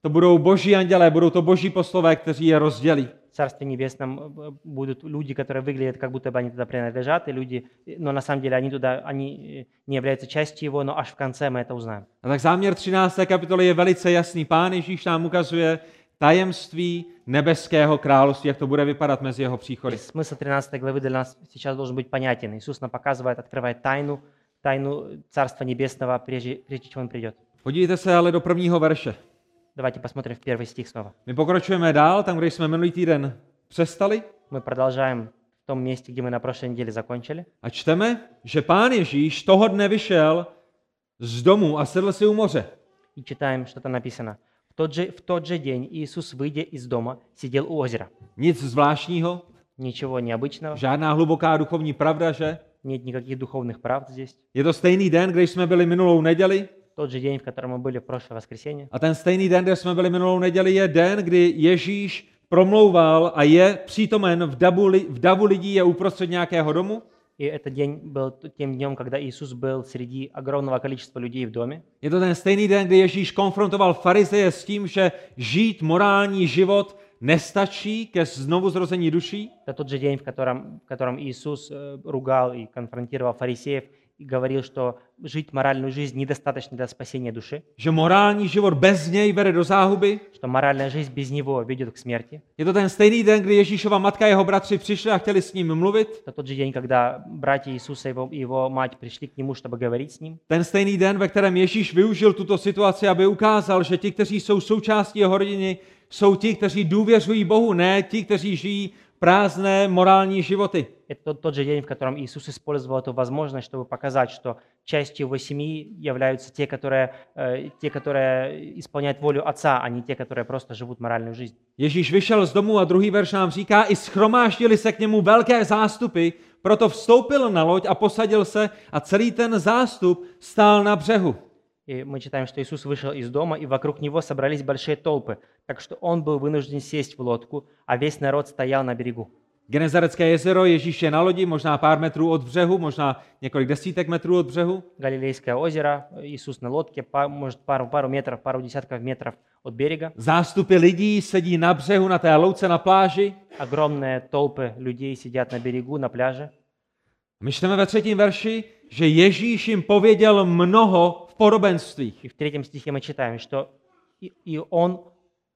Speaker 1: to budou boží andělé, budou to boží poslové, kteří je rozdělí.
Speaker 2: В Царстве Небесном э, будут люди, которые выглядят, как будто бы они туда принадлежат, и люди, э, но на самом деле они туда, они э, не являются частью его, но аж в конце мы это узнаем.
Speaker 1: A tak záměr 13. kapitoly je velice jasný. Pán Ježíš nám ukazuje tajemství nebeského království, jak to bude vypadat mezi jeho
Speaker 2: И
Speaker 1: příchody.
Speaker 2: смысл 13 главы для нас сейчас должен быть понятен. Иисус нам показывает, открывает тайну, тайну Царства Небесного, прежде, прежде чем Он придет.
Speaker 1: Podívejte se ale do prvního verše.
Speaker 2: Давайте посмотрим в первый стих снова.
Speaker 1: My pokračujeme dál, tam, kde jsme minulý týden přestali
Speaker 2: Мы продолжаем в том месте, где мы на прошлой неделе закончили.
Speaker 1: a čteme, že pán Ježíš toho dne vyšel z domu a sedl si u moře.
Speaker 2: И читаем, что там написано. В тот, же, в тот же день Иисус, выйдя из дома, сидел у озера.
Speaker 1: Nic zvláštního,
Speaker 2: Ничего необычного,
Speaker 1: žádná hluboká duchovní pravda, že?
Speaker 2: нет никаких духовных правд здесь.
Speaker 1: Je to stejný den, kde jsme byli minulou neděli
Speaker 2: Тот же день, в котором мы были в прошлое воскресенье.
Speaker 1: a ten stejný den, kde jsme byli minulou neděli, je den, kdy Ježíš promlouval a je přítomen v davu, li- v davu lidí, je uprostřed nějakého domu.
Speaker 2: И этот день был т- тем днем, когда Иисус был среди огромного количества людей в доме.
Speaker 1: Je to ten stejný den, kdy Ježíš konfrontoval farizeje s tím, že žít morální život nestačí ke znovuzrození duší.
Speaker 2: Это тот же день, в котором, в котором Иисус э, ругал и конфронтировал фарисеев и говорил, что жить моральную жизнь недостаточно для спасения души,
Speaker 1: že morální život bez něj vede do záhuby.
Speaker 2: что моральная жизнь без него ведет к смерти.
Speaker 1: Je to ten stejný den, kdy Ježíšova matka a jeho bratři přišli a chtěli s ním mluvit.
Speaker 2: Это тот же день, когда братья Иисуса и его, и его мать пришли к нему, чтобы говорить с ним.
Speaker 1: Ten stejný den, ve kterém Ježíš využil tuto situaci, aby ukázal, že ti, kteří jsou součástí jeho rodiny, jsou ti, kteří důvěřují Bohu, ne ti, kteří žijí prázdné morální životy.
Speaker 2: Это тот, тот же день, в котором Иисус использовал эту возможность, чтобы показать, что частью его семьи являются те, которые, э, те, которые исполняют волю Отца, а не те, которые просто живут моральную жизнь.
Speaker 1: Ježíš vyšel z domu a druhý verš nám říká, i schromáždili se k němu velké zástupy, proto vstoupil na loď a posadil se a celý ten zástup stál na břehu.
Speaker 2: И мы читаем, что Иисус вышел из дома, и вокруг него собрались большие толпы, так что он был вынужден сесть в лодку, а весь народ стоял на берегу.
Speaker 1: Genezarecké jezero, Ježíš je na lodi, možná pár metrů od břehu, možná několik desítek metrů od břehu.
Speaker 2: Галилейское озеро, Иисус на лодке, па- может, пару, пару метров, пару десятков метров от берега.
Speaker 1: Zástupy lidí sedí na břehu, na té louce, na pláži.
Speaker 2: Огромные толпы людей сидят на берегу, на пляже.
Speaker 1: A My čteme ve třetím verši, že Ježíš jim pověděl mnoho v podobenstvích.
Speaker 2: И в третьем стихе мы читаем, что «И, и он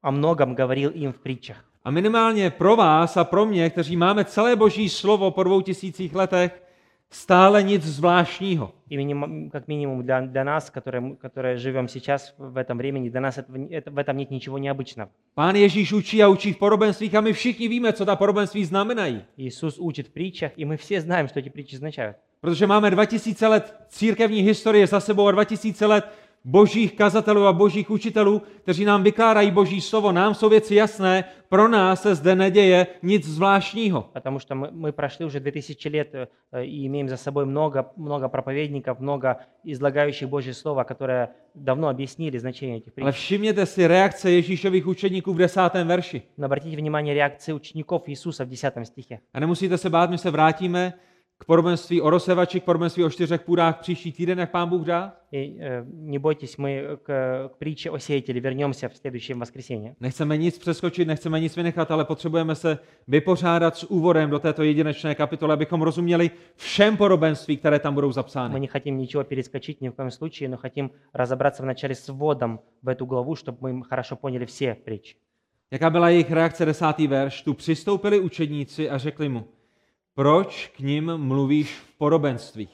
Speaker 2: о многом говорил им в притчах.
Speaker 1: A minimálně pro vás a pro mě, kteří máme celé boží slovo po dvou tisících letech, stále nic zvláštního.
Speaker 2: И минимум- как минимум для, для нас, которые, мы- которые живем сейчас в этом времени, для нас этого не- это- в этом нет ничего необычного.
Speaker 1: Pán Ježíš učí a učí v podobenstvích a my všichni víme, co ta podobenství znamenají.
Speaker 2: Иисус учит в притчах, и мы все знаем, что эти притчи означают.
Speaker 1: Protože máme 2000 let církevní historie za sebou a 2000 let božích kazatelů a božích učitelů, kteří nám vykládají boží slovo. Nám jsou věci jasné, pro nás se zde neděje nic zvláštního.
Speaker 2: Потому что мы, мы прошли уже 2000 лет э, э, и имеем за собой много, много проповедников, много излагающих Божье Слово, которые давно объяснили значение этих
Speaker 1: Ale
Speaker 2: притч.
Speaker 1: všimněte si reakce Ježíšových učeníků v desátém verši.
Speaker 2: Но обратите внимание реакции учеников Иисуса в 10 стихе.
Speaker 1: A nemusíte se bát, my se vrátíme k podobenství o rozsevači, k podobenství o čtyřech půdách příští týden, jak pán Bůh dá.
Speaker 2: И, э, не бойтесь, мы к, к притче о сеятеле вернемся в следующем воскресенье.
Speaker 1: Nechceme nic přeskočit, nechceme nic vynechat, ale potřebujeme se vypořádat s úvodem do této jedinečné kapitoly, abychom rozuměli všem podobenství, které tam budou
Speaker 2: Мы
Speaker 1: zapsány.
Speaker 2: не хотим ничего перескочить ни в коем случае, но хотим разобраться вначале с вводом в эту главу, чтобы мы хорошо поняли все притчи.
Speaker 1: Jaká byla jejich reakce, desátý verš? Tu přistoupili učedníci a řekli mu, proč k ním mluvíš v podobenstvích?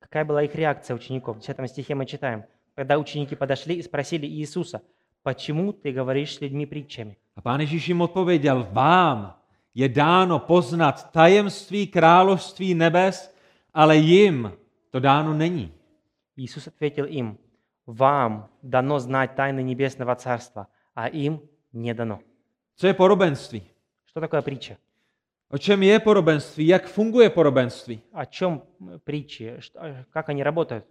Speaker 2: Какая была их реакция учеников? В 10 стихе мы читаем. Когда ученики подошли и спросили Иисуса, почему ты говоришь с людьми притчами?
Speaker 1: A pán Ježíš jim odpověděl, vám je dáno poznat tajemství království nebes, ale jim to dáno není.
Speaker 2: Иисус ответил им, вам дано знать тайны небесного царства, а им не дано.
Speaker 1: Co je podobenství?
Speaker 2: Что такое притча?
Speaker 1: O čem je podobenství? Jak funguje podobenství?
Speaker 2: О чем э, притчи? Ш- а, Как они работают?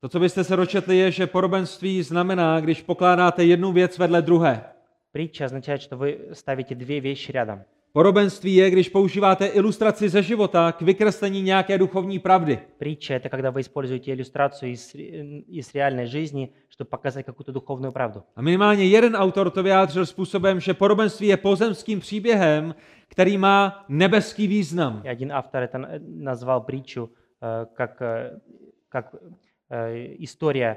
Speaker 1: To, co byste se dočetli, je, že podobenství znamená, když pokládáte jednu věc vedle druhé.
Speaker 2: Притча означает, что вы ставите две вещи рядом.
Speaker 1: Podobenství je, když používáte ilustraci ze života k vykreslení nějaké duchovní pravdy.
Speaker 2: Притча – это когда вы используете иллюстрацию из, ре- из реальной жизни, чтобы показать какую-то духовную правду.
Speaker 1: A minimálně jeden autor to vyjádřil způsobem, že podobenství je pozemským příběhem, který má nebeský význam.
Speaker 2: И один автор это на- назвал притчу э, как, э, как э, история,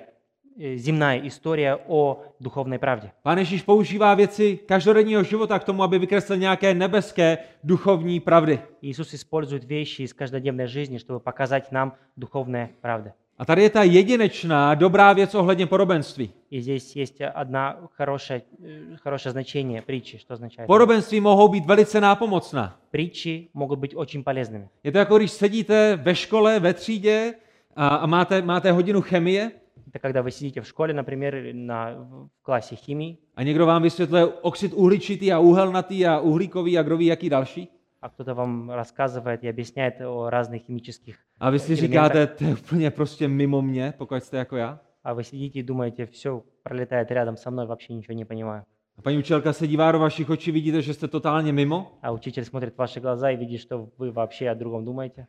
Speaker 2: э, земная история о духовной правде.
Speaker 1: Pán Ježíš používá věci každodenního života k tomu, aby vykreslil nějaké nebeské duchovní pravdy.
Speaker 2: Иисус использует вещи из каждодневной жизни, чтобы показать нам духовные правды.
Speaker 1: A tady je ta jedinečná dobrá věc ohledně podobenství.
Speaker 2: И здесь есть одна хорошая, э, хорошее значение притчи, что означает.
Speaker 1: Podobenství mohou být velice nápomocná.
Speaker 2: Притчи могут быть очень полезными.
Speaker 1: Je to jako když sedíte ve škole, ve třídě a, a máte, máte hodinu chemie
Speaker 2: Это когда вы сидите в школе, например, или на, в классе химии,
Speaker 1: a někdo vám vysvětluje oxid uhličitý a uhelnatý a uhlíkový a kdo ví jaký další.
Speaker 2: а кто-то вам рассказывает и объясняет о разных химических,
Speaker 1: A vy si
Speaker 2: Jiný
Speaker 1: říkáte, to je úplně prostě mimo mě, pokud jste jako já.
Speaker 2: а вы сидите и думаете, все пролетает рядом со мной, вообще ничего не понимаю.
Speaker 1: A paní učitelka se dívá do vašich očí, vidíte, že jste totálně mimo
Speaker 2: А учитель смотрит в ваши глаза и видит, что вы вообще о другом думаете,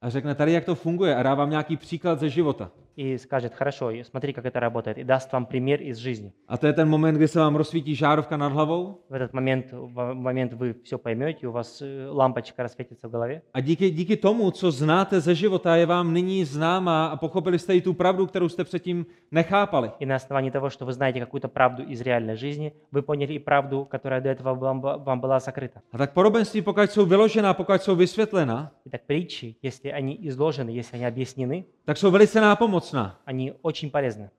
Speaker 1: a řekne tady, jak to funguje a dá vám nějaký příklad ze života.
Speaker 2: и скажет, хорошо, и смотри, как это работает, и даст вам пример из жизни.
Speaker 1: A to je ten moment, kdy se vám rozsvítí žárovka nad hlavou
Speaker 2: В этот момент, в момент вы все поймете, у вас э, лампочка рассветится в голове,
Speaker 1: a díky, díky tomu, co znáte ze života, je vám nyní známá a pochopili jste i tu pravdu, kterou jste předtím nechápali.
Speaker 2: и на основании того, что вы знаете какую-то правду из реальной жизни, вы поняли и правду, которая до этого вам, ба- вам была сокрыта.
Speaker 1: A tak podobenství, pokud jsou vyložená, pokud jsou vysvětlená,
Speaker 2: Итак, притчи, если они изложены, если они объяснены,
Speaker 1: tak jsou velice nápomocná.
Speaker 2: они очень полезны.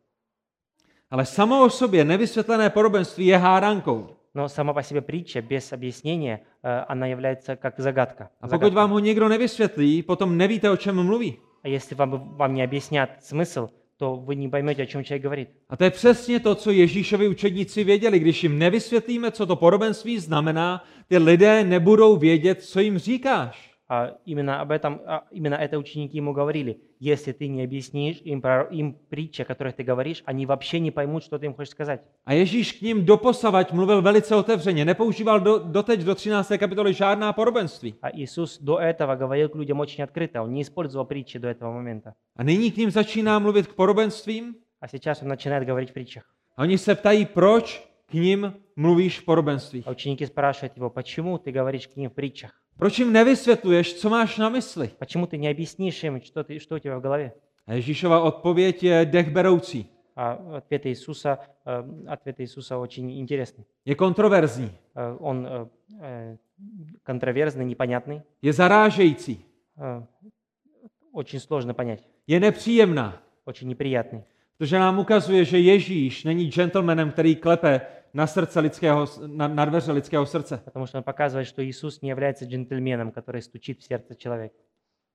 Speaker 1: Ale samo o sobě nevysvětlené podobenství je hádankou.
Speaker 2: Но сама по себе притча без объяснения, э, она является как загадка.
Speaker 1: A pokud
Speaker 2: загадкой.
Speaker 1: vám ho někdo nevysvětlí, potom nevíte, o čem mluví.
Speaker 2: А если вам, вам не объяснят смысл, то вы не поймете, о чем человек говорит.
Speaker 1: A to je přesně to, co Ježíšovi učedníci věděli. Když jim nevysvětlíme, co to podobenství znamená, ty lidé nebudou vědět, co jim říkáš.
Speaker 2: А именно об этом, а именно это ученики ему говорили. Если ты не объяснишь им, про- им притчи, о которых ты говоришь, они вообще не поймут, что ты им хочешь сказать.
Speaker 1: A Ježíš k ním doposavať mluvil velice otevřeně. Nepoužíval do, doteď do 13. kapitoly žádná podobenství.
Speaker 2: А Иисус до этого говорил к людям очень открыто, он не использовал притчи до этого момента.
Speaker 1: A nyní k ním začíná mluvit k podobenstvím.
Speaker 2: А сейчас он начинает говорить в притчах.
Speaker 1: A oni se ptají, proč k ním mluvíš v podobenstvích.
Speaker 2: А ученики спрашивают его, почему ты говоришь к ним в притчах?
Speaker 1: Proč jim nevysvětluješ, co máš na mysli?
Speaker 2: Почему ты не объяснишь им, что, ты, что у тебя в голове?
Speaker 1: A Ježíšova odpověď je dechberoucí,
Speaker 2: А ответ Иисуса, э, ответ Иисуса очень интересный.
Speaker 1: je kontroverzní,
Speaker 2: Э, Он э, э, контроверзный, непонятный,
Speaker 1: je zarážející,
Speaker 2: э, очень сложно понять,
Speaker 1: je nepříjemná.
Speaker 2: очень неприятный.
Speaker 1: Protože nám ukazuje, že Ježíš není gentlemanem, který klepe na, srdce lidského, na, na dveře lidského srdce.
Speaker 2: Потому что он показывает, что Иисус не является джентльменом, который стучит в сердце человека.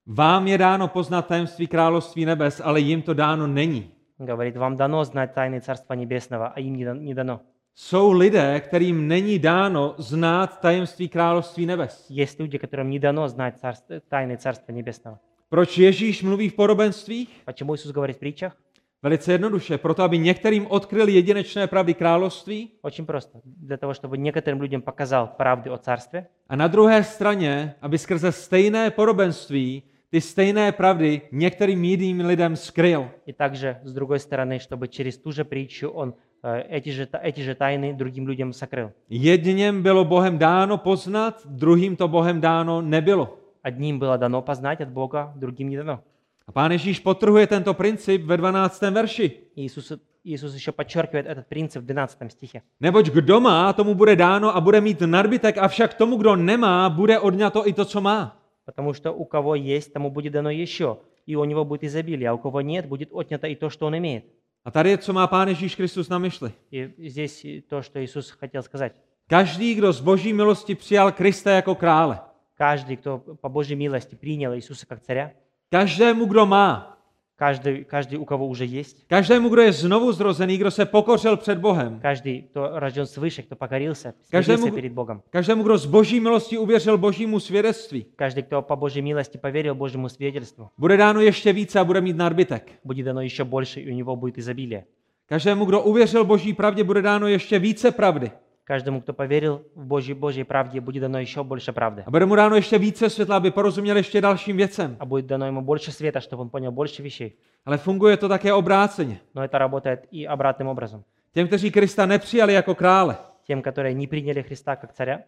Speaker 1: Vám je dáno poznat tajemství království nebes, ale jim to dáno není.
Speaker 2: Он говорит, вам дано знать тайны Царства Небесного, а им не дан- не дано.
Speaker 1: Jsou lidé, kterým není dáno znát tajemství království nebes.
Speaker 2: Есть люди, которым не дано знать царство- тайны Царства Небесного.
Speaker 1: Proč Ježíš mluví v podobenstvích?
Speaker 2: Почему Иисус говорит в притчах?
Speaker 1: Velice jednoduše, proto aby některým odkryl jedinečné pravdy království
Speaker 2: Очень просто. Для того, чтобы некоторым людям показал правды о Царстве,
Speaker 1: a na druhé straně, aby skrze stejné podobenství ty stejné pravdy některým jiným lidem skryl.
Speaker 2: и также, с другой стороны, чтобы через ту же притчу он э, эти же, та- эти же тайны другим людям сокрыл.
Speaker 1: Jedněm bylo Bohem dáno poznat, druhým to Bohem dáno nebylo.
Speaker 2: Одним было дано познать от Бога, другим не дано.
Speaker 1: A pán Ježíš potrhuje tento princip ve 12. verši.
Speaker 2: И Иисус, Иисус еще подчеркивает этот принцип в 12 стихе.
Speaker 1: Neboť kdo má, tomu bude dáno a bude mít nadbytek, avšak tomu, kdo nemá, bude odňato i to, co má.
Speaker 2: Потому что у кого есть, тому будет дано еще, и у него будет изобилие, а у кого нет, будет отнято и то, что он имеет.
Speaker 1: A tady je, co má pán Ježíš Kristus na myšli.
Speaker 2: И здесь и то, что Иисус хотел сказать.
Speaker 1: Každý, kdo z boží milosti přijal Krista jako krále,
Speaker 2: Каждый, кто по Божьей милости принял Иисуса как царя,
Speaker 1: každému, kdo má,
Speaker 2: каждый, каждый у кого уже есть,
Speaker 1: každému, kdo je znovu zrozený, kdo se pokořil před Bohem,
Speaker 2: каждый, кто рожден свыше, кто покорился,
Speaker 1: Каждому-
Speaker 2: смирился перед Богом,
Speaker 1: každému, kdo z boží milosti uvěřil božímu svědectví,
Speaker 2: каждый, кто по Божьей милости поверил Божьему свидетельству,
Speaker 1: bude dáno ještě více a bude mít nadbytek.
Speaker 2: будет дано еще больше, и у него будет изобилие.
Speaker 1: Každému, kdo uvěřil Boží pravdě, bude dáno ještě více pravdy.
Speaker 2: Каждому, кто поверил в Божьей, Божьей правде, будет дано еще больше правды.
Speaker 1: A bude mu dáno ještě více světla, aby porozuměl ještě dalším věcem.
Speaker 2: А будет дано ему больше света, чтобы он понял больше вещей.
Speaker 1: Ale funguje to také obráceně.
Speaker 2: Но это работает и обратным образом.
Speaker 1: Těm, kteří Krista nepřijali jako krále,
Speaker 2: Тем, которые не приняли Христа как царя,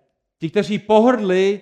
Speaker 1: ti, kteří pohrdli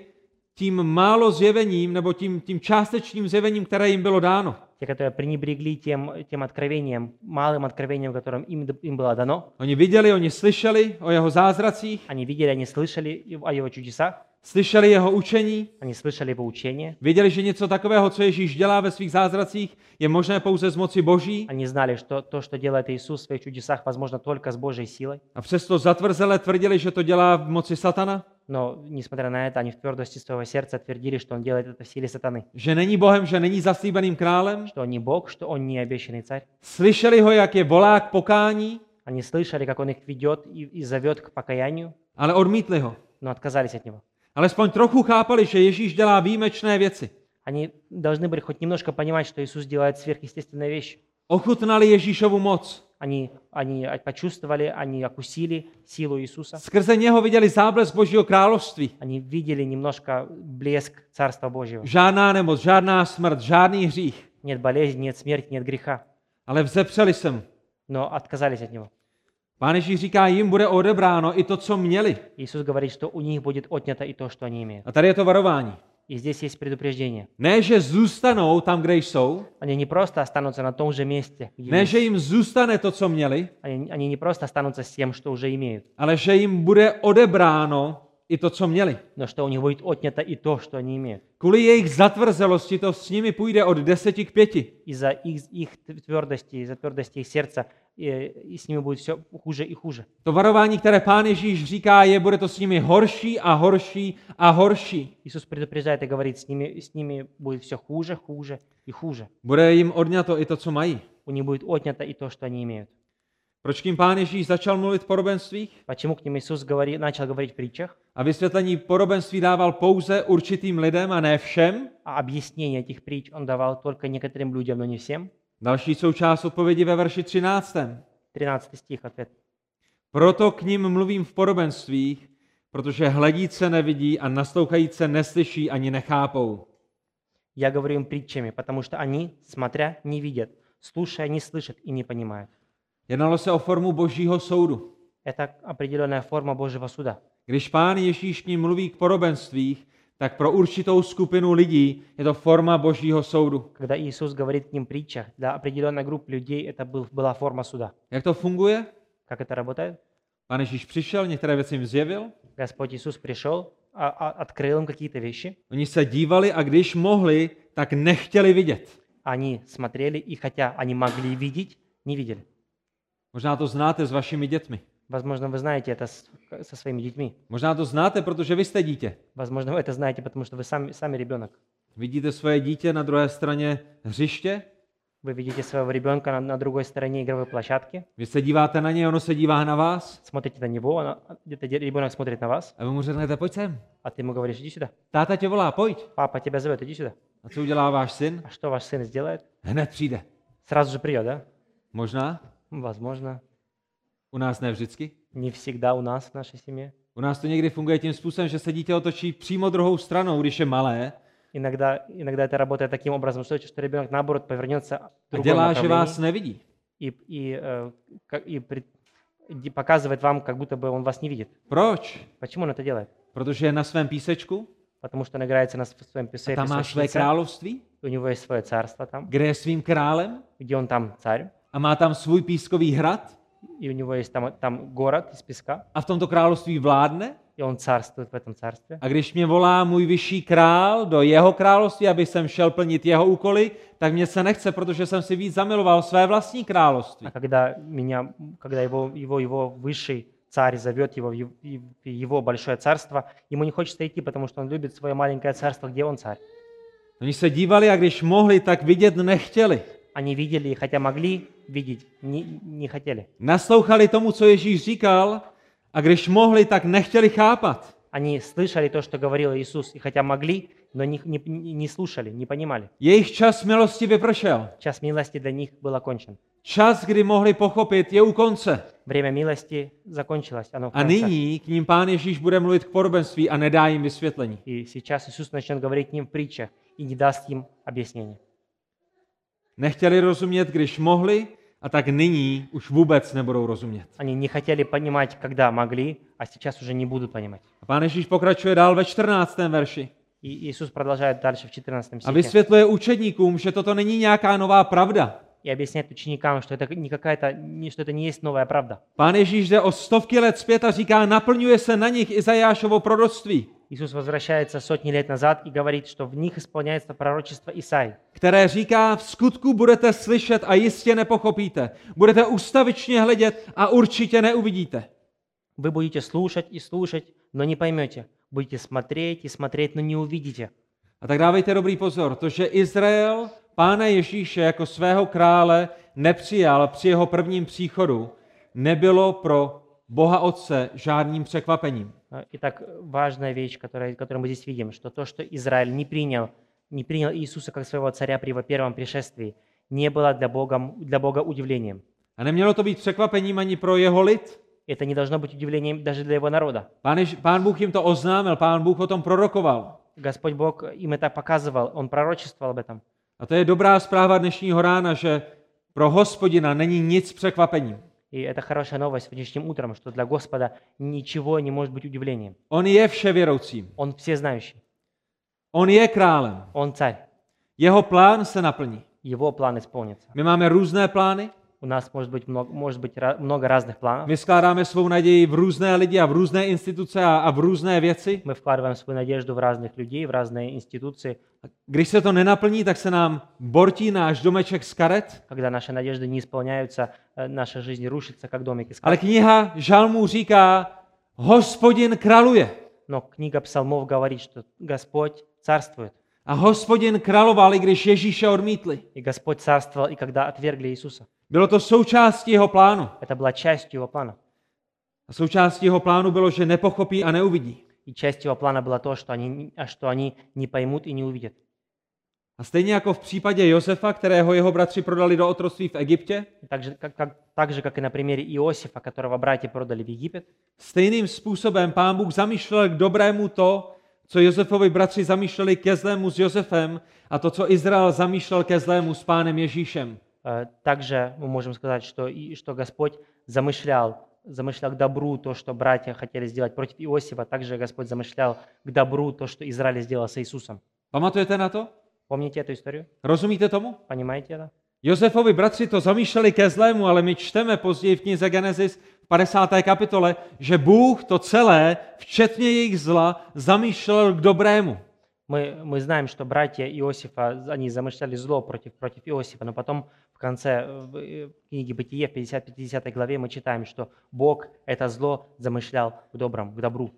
Speaker 1: tím málo zjevením nebo tím, tím částečným zjevením, které jim bylo dáno,
Speaker 2: те, которые пренебрегли тем, тем откровением, малым откровением, которым им, д- им было дано,
Speaker 1: oni viděli, oni slyšeli o jeho zázracích,
Speaker 2: они видели, они слышали и- о его чудесах,
Speaker 1: Slyšeli jeho učení,
Speaker 2: Они слышали его учение,
Speaker 1: věděli, že něco takového, co Ježíš dělá ve svých zázracích, je možné pouze z moci Boží
Speaker 2: они знали, что то, что делает Иисус в своих чудесах, возможно только с Божьей силой,
Speaker 1: a přesto zatvrzele tvrdili, že to dělá v moci satana,
Speaker 2: но, несмотря на это, они в твердости своего сердца твердили, что он делает это в силе сатаны,
Speaker 1: že není Bohem, že není zaslíbeným králem.
Speaker 2: что он не Бог, что он не обещанный царь.
Speaker 1: Slyšeli ho, jak je volá k pokání,
Speaker 2: Они слышали, как он их ведет и, и зовет к покаянию,
Speaker 1: ale odmítli ho.
Speaker 2: но отказались от него.
Speaker 1: Alespoň trochu chápali, že Ježíš dělá výjimečné věci.
Speaker 2: Они должны были хоть немножко понимать, что Иисус делает сверхъестественные вещи.
Speaker 1: Ochutnali Ježíšovu moc.
Speaker 2: Они, они почувствовали, они окусили силу Иисуса.
Speaker 1: Skrze něho viděli záblesk Božího království.
Speaker 2: Они видели немножко блеск Царства Божьего.
Speaker 1: Žádná nemoc, žádná smrt, žádný hřích.
Speaker 2: Нет болезни, нет смерти, нет греха.
Speaker 1: Ale vzepřeli se mu.
Speaker 2: Но отказались от него.
Speaker 1: Pán Ježíš říká, jim bude odebráno i to, co měli.
Speaker 2: Иисус говорит, что у них будет отнято и то, что они имеют.
Speaker 1: A tady je to varování.
Speaker 2: И здесь есть предупреждение.
Speaker 1: Ne, že zůstanou tam, kde jsou,
Speaker 2: Они не просто останутся на том же месте, где
Speaker 1: ne,
Speaker 2: есть.
Speaker 1: že jim zůstane to, co měli,
Speaker 2: они, они не просто останутся с тем, что уже имеют,
Speaker 1: ale že jim bude odebráno i to, co měli.
Speaker 2: но что у них будет отнято и то, что они имеют.
Speaker 1: Kvůli jejich zatvrzelosti to s nimi půjde od 10 k 5.
Speaker 2: Из-за их, их твердости, из-за твердости их сердца, э, и с ними будет все хуже и хуже.
Speaker 1: To varování, které pán Ježíš říká, je, bude to s nimi horší a horší a horší.
Speaker 2: Иисус предупреждает и говорит, с ними, с ними будет все хуже, хуже и хуже.
Speaker 1: Bude jim odňato i to, co mají.
Speaker 2: У них будет отнято и то, что они имеют.
Speaker 1: Proč k ním pán Ježíš začal mluvit v porobenstvích?
Speaker 2: Почему к ним Иисус говори, начал говорить в притчах?
Speaker 1: A vysvětlení podobenství dával pouze určitým lidem a ne všem?
Speaker 2: А объяснение этих притч он давал только некоторым людям, но не всем.
Speaker 1: Další součást odpovědi ve verši 13.
Speaker 2: 13 стих ответ.
Speaker 1: Proto k ním mluvím v podobenstvích, protože hledíce nevidí a naslouchajíce neslyší ani nechápou.
Speaker 2: Я говорю им притчами, потому что они, смотря, не видят, слушая, не слышат и не понимают.
Speaker 1: Jednalo se o formu božího soudu.
Speaker 2: Это определенная форма Божьего суда.
Speaker 1: Když pán Ježíš k ním mluví k podobenstvích, tak pro určitou skupinu lidí je to forma božího soudu.
Speaker 2: Когда Иисус говорит к ним в притчах, для определенной группы людей это был, была форма суда.
Speaker 1: Jak to funguje?
Speaker 2: Как это работает?
Speaker 1: Pán Ježíš přišel, některé věci jim zjevil,
Speaker 2: Господь Иисус пришел, а- а- открыл им какие-то вещи,
Speaker 1: oni se dívali a když mohli, tak nechtěli vidět.
Speaker 2: они смотрели, и хотя они могли видеть, не видели.
Speaker 1: Možná to znáte s vašimi dětmi.
Speaker 2: Возможно, вы знаете это с- со своими детьми.
Speaker 1: Možná to znáte, protože vy jste dítě.
Speaker 2: Возможно, вы это знаете, потому что вы сами, сами ребенок.
Speaker 1: Vidíte svoje dítě na druhé straně hřiště,
Speaker 2: Вы видите своего ребенка на, на другой стороне игровой площадки,
Speaker 1: vy se díváte на něj, ono se dívá на vás
Speaker 2: смотрите на него, она- а, где-то де- ребенок смотрит на вас,
Speaker 1: a vy mu řeknete, pojď sem,
Speaker 2: а ты ему говоришь, иди сюда,
Speaker 1: táta tě volá, pojď.
Speaker 2: папа тебя зовет, иди сюда.
Speaker 1: A co udělá váš syn?
Speaker 2: А что ваш сын сделает?
Speaker 1: Hned přijde.
Speaker 2: Сразу же придет, да?
Speaker 1: Možná,
Speaker 2: Возможно,
Speaker 1: u nás ne vždycky.
Speaker 2: не всегда у нас в нашей семье.
Speaker 1: U nás to někdy funguje tím způsobem, že se dítě otočí přímo druhou stranou, když je malé,
Speaker 2: Иногда, иногда это работает таким образом, что, что ребенок наоборот повернется в
Speaker 1: a
Speaker 2: другом
Speaker 1: dělá, že vás
Speaker 2: направлении
Speaker 1: nevidí.
Speaker 2: и, и, э, ка- и пред- ди- показывает вам, как будто бы он вас не видит.
Speaker 1: Proč?
Speaker 2: Почему он это делает?
Speaker 1: Protože je na svém písečku
Speaker 2: Потому что он играется на св- своем
Speaker 1: a
Speaker 2: песке,
Speaker 1: tam má své království,
Speaker 2: у него есть свое царство там,
Speaker 1: kde je svým králem
Speaker 2: где он там царь,
Speaker 1: a má tam svůj pískový hrad
Speaker 2: и у него есть там, там город из песка,
Speaker 1: a v tomto království vládne.
Speaker 2: и он царствует в этом царстве. А
Speaker 1: A když mě volá můj vyšší král do jeho království, aby jsem šel plnit jeho úkoly, tak mě se nechce, protože jsem si víc zamiloval své vlastní království.
Speaker 2: А когда меня, когда его, его, его высший царь зовет его в ев- в его большое царство, ему не хочется идти, потому что он любит свое маленькое царство, где он царь.
Speaker 1: Oni se dívali a když mohli, tak vidět nechtěli.
Speaker 2: Они видели, и хотя могли видеть, не, не хотели.
Speaker 1: Naslouchali tomu, co Ježíš říkal, a když mohli, tak nechtěli chápat.
Speaker 2: Они слышали то, что говорил Иисус, и хотя могли, но не, не, не слушали, не понимали.
Speaker 1: Jejich čas milosti vypršel.
Speaker 2: Час милости для них был окончен.
Speaker 1: Čas, kdy mohli pochopit, je u konce.
Speaker 2: Время милости закончилось, оно в
Speaker 1: A
Speaker 2: конце.
Speaker 1: nyní k ním pán Ježíš bude mluvit k podobenství a nedá jim vysvětlení.
Speaker 2: И сейчас Иисус начнет говорить к ним в притчах и не даст им объяснения.
Speaker 1: Nechtěli rozumět, když mohli, a tak nyní už vůbec nebudou rozumět.
Speaker 2: Они не хотели понимать, когда могли, а сейчас уже не будут понимать.
Speaker 1: A pán Ježíš pokračuje dál ve 14. verši
Speaker 2: И Иисус продолжает дальше в 14
Speaker 1: a
Speaker 2: стихе
Speaker 1: vysvětluje učedníkům, že toto není nějaká nová pravda.
Speaker 2: и объясняет ученикам, что это не какая-то, не- что это не есть новая правда.
Speaker 1: Pán Ježíš jde o stovky let zpět a říká, naplňuje se na nich Izajášovo proroctví.
Speaker 2: Иисус возвращается сотни лет назад и говорит, что в них исполняется пророчество Исаи.
Speaker 1: které říká, v skutku budete slyšet a jistě nepochopíte. Budete ustavičně hledět a určitě neuvidíte.
Speaker 2: Вы будете слушать и слушать, но не поймете. Будете смотреть и смотреть, но не увидите.
Speaker 1: A tak dávejte dobrý pozor, to, že Izrael pána Ježíše jako svého krále nepřijal při jeho prvním příchodu, nebylo pro Boha Otce žádným překvapením.
Speaker 2: А, Итак, важная вещь, которая- которую мы здесь видим, что то, что Израиль не принял, не принял Иисуса как своего царя при его первом пришествии, не было для Бога, м- для Бога удивлением.
Speaker 1: A nemělo to být překvapením ani pro jeho lid.
Speaker 2: Это не должно быть удивлением даже для его народа.
Speaker 1: Pán, Jež- pán Bůh jim to oznámil, pán Bůh o tom prorokoval.
Speaker 2: Господь Бог им это показывал, Он пророчествовал об этом.
Speaker 1: A to je dobrá zpráva dnešního rána, že pro hospodina není nic překvapením.
Speaker 2: И это хорошая новость сегодняшним утром, что для Господа ничего не может быть удивлением.
Speaker 1: On je vševěroucím.
Speaker 2: Он всезнающий,
Speaker 1: On je králem.
Speaker 2: Он царь,
Speaker 1: Jeho plán se naplní.
Speaker 2: Его план исполнится.
Speaker 1: My máme různé plány,
Speaker 2: У нас может быть много, может быть ра- много разных планов.
Speaker 1: my skládáme svou naději v různé lidi a v různé instituce a, a v různé věci.
Speaker 2: Мы вкладываем свою надежду в разных людей, в разные институции.
Speaker 1: Když se to nenaplní, tak se nám bortí náš domeček z karet,
Speaker 2: Когда наши надежды не исполняются, э, наша жизнь рушится, как домик из
Speaker 1: ale
Speaker 2: карт.
Speaker 1: kniha Žalmů říká, hospodin kraluje.
Speaker 2: Но книга псалмов говорит, что Господь царствует.
Speaker 1: A hospodin královal, i když Ježíše odmítli.
Speaker 2: И Господь царствовал, и когда отвергли Иисуса.
Speaker 1: Bylo to součástí jeho plánu.
Speaker 2: Это была частью его плана.
Speaker 1: A součástí jeho plánu bylo, že nepochopí a neuvidí.
Speaker 2: И частью его плана было то, что они, не- а что они не pоймут и не увидят.
Speaker 1: A stejně jako v případě Josefa, kterého jeho bratři prodali do otroctví в Egyptě,
Speaker 2: И Так же, как, как- так же, как и на примере Иосифа, которого братья продали в Египет,
Speaker 1: Stejným způsobem pán Bůh zamýšlel k dobrému to, co Josefovi bratři zamýšleli ke zlému s Josefem a to, co Izrael zamýšlel ke zlému s pánem Ježíšem.
Speaker 2: э, также мы можем сказать, что, и, что Господь замышлял, замышлял к добру то, что братья хотели сделать против Иосифа, также Господь замышлял к добру то, что Израиль сделал с Иисусом.
Speaker 1: Pamatujete na to?
Speaker 2: Помните эту историю?
Speaker 1: Rozumíte tomu?
Speaker 2: Понимаете это?
Speaker 1: Josefovi bratři to zamýšleli ke zlému, ale my čteme později v knize Genesis v 50. kapitole, že Bůh to celé, včetně jejich zla, zamýšlel k dobrému.
Speaker 2: Мы, мы знаем, что братья Иосифа, они замышляли зло против, против Иосифа, но потом в конце э, в э, книги Бытие, в 50-50 главе мы читаем, что Бог это зло замышлял к доброму, к добру.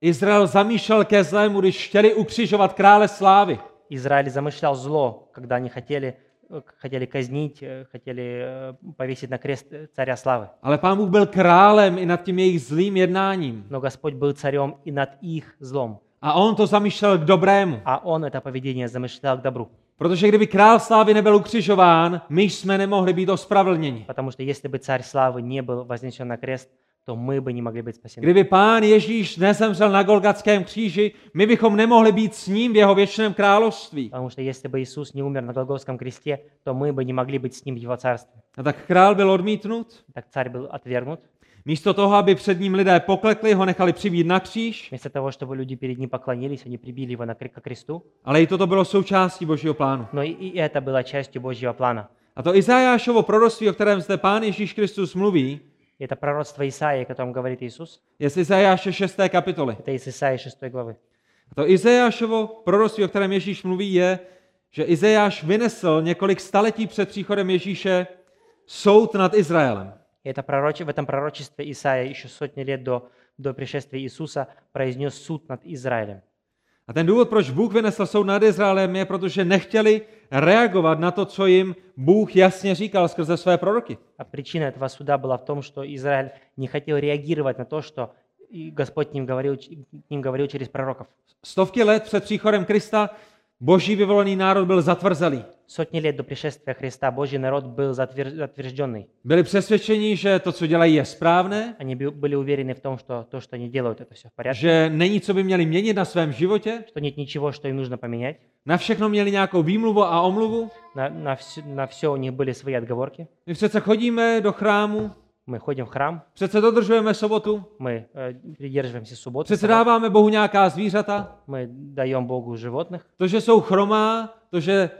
Speaker 1: Izrael zamýšlel ke zlému, když chtěli ukřižovat krále slávy.
Speaker 2: Израиль замышлял зло, когда они хотели, э, к- хотели казнить, э, хотели э, повесить на крест э, царя славы.
Speaker 1: Ale pán Bůh byl králem i nad tím jejich zlým jednáním.
Speaker 2: Но Господь был царем и над их злом,
Speaker 1: A on to zamýšlel k dobrému.
Speaker 2: а Он это поведение замышлял к добру.
Speaker 1: Protože kdyby král slávy nebyl ukřižován, my jsme nemohli být ospravedlněni.
Speaker 2: Потому что если бы царь славы не был вознесен на крест, то мы бы не могли быть спасены.
Speaker 1: Kdyby pán Ježíš nezemřel na Golgatském kříži, my bychom nemohli být s ním v jeho věčném království.
Speaker 2: Потому что если бы Иисус не умер на Голгофском кресте, то мы бы не могли быть с Ним в Его Царстве.
Speaker 1: A tak král byl odmítnut.
Speaker 2: Так царь был отвергнут.
Speaker 1: Místo toho, aby před ním lidé poklekli, ho nechali přibít na kříž,
Speaker 2: Вместо того, чтобы люди перед Ним поклонились, они прибили Его на кре- к кресту.
Speaker 1: ale i toto bylo součástí božího plánu.
Speaker 2: Но и, и это было частью Божьего плана.
Speaker 1: A to Izajášovo proroctví, o kterém zde pán Ježíš Kristus mluví,
Speaker 2: Это пророчество Исаии, о котором говорит Иисус.
Speaker 1: je z Izajáše 6. kapitoly.
Speaker 2: Это из Исаии 6 главы.
Speaker 1: A to Izajášovo proroctví, o kterém Ježíš mluví, je, že Izajáš vynesl několik staletí před příchodem Ježíše soud nad Izraelem.
Speaker 2: И это пророче- в этом пророчестве Исаия еще сотни лет до, до пришествия Иисуса произнес суд над Израилем.
Speaker 1: A ten důvod, proč Bůh vynesl soud nad Izraelem, je, protože nechtěli reagovat na to, co jim Bůh jasně říkal skrze své proroky.
Speaker 2: А причина этого суда была в том, что Израиль не хотел реагировать на то, что и Господь к ним говорил, ч- к ним говорил через пророков.
Speaker 1: Stovky let před příchodem Krista boží vyvolený národ byl zatvrzelý.
Speaker 2: Сотни лет до пришествия Христа Божий народ был затвер- затвержденный.
Speaker 1: Byli přesvědčeni, že to, co dělají, je správné,
Speaker 2: Они бе- были уверены в том, что то, что они делают, это все в порядке,
Speaker 1: že není, co by měli měnit na svém životě,
Speaker 2: что нет ничего, что им нужно поменять.
Speaker 1: na všechno měli nějakou výmluvu a omluvu.
Speaker 2: На, на, все, на все у них были свои отговорки.
Speaker 1: My přece chodíme do chrámu,
Speaker 2: Мы ходим в храм,
Speaker 1: Přece dodržujeme sobotu,
Speaker 2: мы э, придерживаемся субботы,
Speaker 1: přece
Speaker 2: саббат,
Speaker 1: dáváme Bohu nějaká zvířata.
Speaker 2: мы даем Богу животных.
Speaker 1: To, že jsou chromá, to, že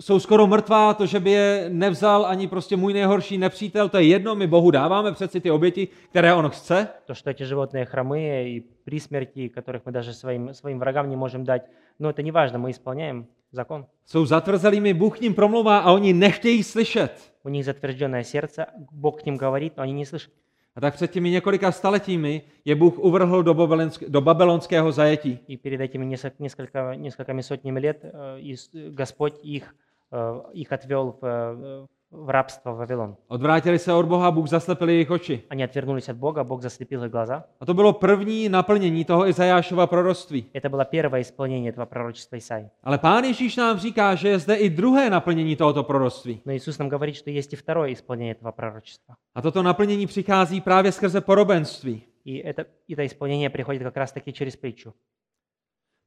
Speaker 1: jsou skoro mrtvá, to, že by je nevzal ani prostě můj nejhorší nepřítel, to je jedno, my Bohu dáváme přeci ty oběti, které On chce.
Speaker 2: То, что эти животные хромые и при смерти, которых мы даже своим, своим врагам не можем дать, но это не важно, мы исполняем закон.
Speaker 1: Jsou zatvrzelými, Bůh k ním promlouvá a oni nechtějí slyšet.
Speaker 2: У них затвержденное сердце, Бог к ним говорит, но они не слышат.
Speaker 1: A tak před těmi několika staletími je Bůh uvrhl do, babylonsk- do babylonského zajetí.
Speaker 2: И перед этими несо- несколько, несколькими сотнями лет э, Иис- Господь их, э, их отвел в, э, в рабство в Вавилон.
Speaker 1: Odvrátili se od Boha, Bůh zaslepil jejich oči.
Speaker 2: Они отвернулись от Бога, Бог заслепил их глаза.
Speaker 1: A to bylo první naplnění toho Izajášova proroctví.
Speaker 2: Это было первое исполнение этого пророчества Исаии.
Speaker 1: Ale Pán Ježíš nám říká, že je zde i druhé naplnění tohoto proroctví.
Speaker 2: Но Иисус нам говорит, что есть и второе исполнение этого пророчества.
Speaker 1: A toto naplnění přichází právě skrze porobenství.
Speaker 2: И это, это исполнение приходит как раз-таки через притчу.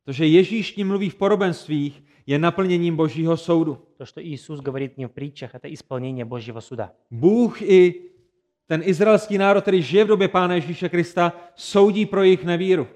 Speaker 1: To, že Ježíš tím mluví v porobenstvích, je naplněním božího soudu.
Speaker 2: То, что Иисус говорит мне в притчах, это исполнение Божьего суда.
Speaker 1: Bůh i ten izraelský národ, který žije v době Pána Ježíše Krista, soudí pro jejich nevíru.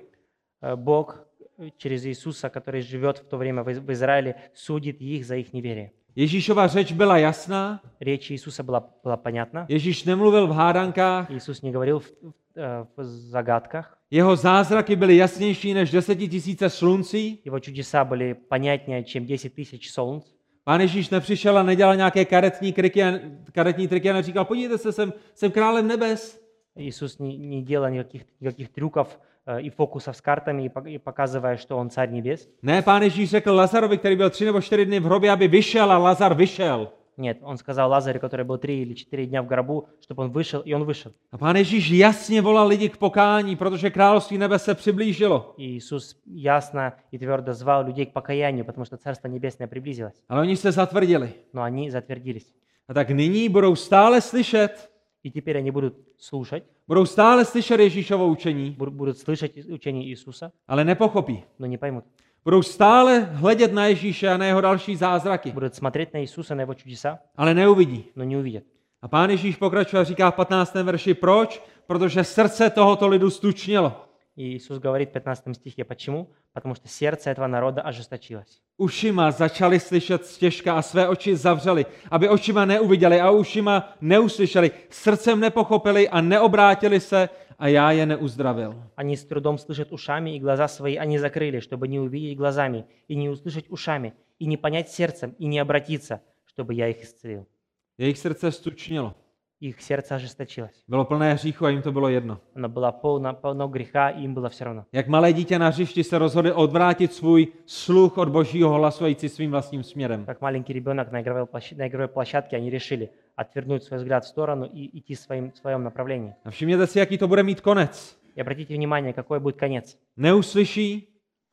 Speaker 2: Э, Бог э, через Иисуса, который живет в то время в Из- в Израиле, судит их за их неверие.
Speaker 1: Ježíšova řeč byla jasná,
Speaker 2: Речь Иисуса была, была понятна.
Speaker 1: Ježíš nemluvil v hádankách,
Speaker 2: Иисус не говорил в, в- э, в загадках.
Speaker 1: jeho zázraky byly jasnější než desetitisíce sluncí,
Speaker 2: Его чудеса были понятнее, чем 10 тысяч солнц.
Speaker 1: Pán Ježíš nepřišel a nedělal nějaké karetní, kriky a, karetní triky a neříkal, podívejte se, jsem, jsem králem nebes.
Speaker 2: Иисус не, не делал никаких, никаких трюков э, и фокусов с картами, и, пок- и показывая, что Он Царь Небес.
Speaker 1: Ne, pán Ježíš řekl Lazarovi, který byl tři nebo čtyři dny v hrobě, aby vyšel a Lazar vyšel.
Speaker 2: Нет, Он сказал Лазарю, который был три или четыре дня в гробу, чтобы он вышел, и он вышел.
Speaker 1: A pán Ježíš jasně volal lidi k pokání, protože království nebe se přiblížilo.
Speaker 2: И Иисус ясно и твердо звал людей к покаянию, потому что Царство Небесное приблизилось.
Speaker 1: Ale oni se zatvrdili.
Speaker 2: Но они затвердились.
Speaker 1: A tak nyní budou stále slyšet,
Speaker 2: И теперь они будут слушать,
Speaker 1: budou stále slyšet Ježíšovo učení,
Speaker 2: бу- будут слышать и- учение Иисуса,
Speaker 1: ale nepochopí.
Speaker 2: но не поймут.
Speaker 1: Budou stále hledět na Ježíše a na jeho další zázraky,
Speaker 2: Будут смотреть на Иисуса, на Его чудеса,
Speaker 1: ale neuvidí.
Speaker 2: но не увидят.
Speaker 1: A pán Ježíš pokračuje a říká v 15. verši, proč? Protože srdce tohoto lidu stučnilo.
Speaker 2: И Иисус говорит в 15 стихе, почему? Потому что сердце этого народа ожесточилось.
Speaker 1: Ušima začali slyšet stěžka a své oči zavřeli, aby očima neuviděli a ušima neuslyšeli, srdcem nepochopili a neobrátili se a já je neuzdravil.
Speaker 2: Они с трудом слышат ушами, и глаза свои они закрыли, чтобы не увидеть глазами, и не услышать ушами, и не понять сердцем, и не обратиться, чтобы я их исцелил.
Speaker 1: Jejich srdce stučnilo,
Speaker 2: Их сердце ожесточилось.
Speaker 1: bylo plné hříchu a jim to bylo jedno.
Speaker 2: Оно было полно, полно греха, и им было все равно.
Speaker 1: Jak malé dítě na hřišti se rozhodli odvrátit svůj sluch od božího hlasu a jít si svým vlastním směrem.
Speaker 2: Как маленький ребенок на игровой, площ- на игровой площадке, они решили отвернуть свой взгляд в сторону и идти своим, в своем направлении.
Speaker 1: A všimněte si, jaký to bude mít konec.
Speaker 2: И обратите внимание, какой будет конец.
Speaker 1: Neuslyší,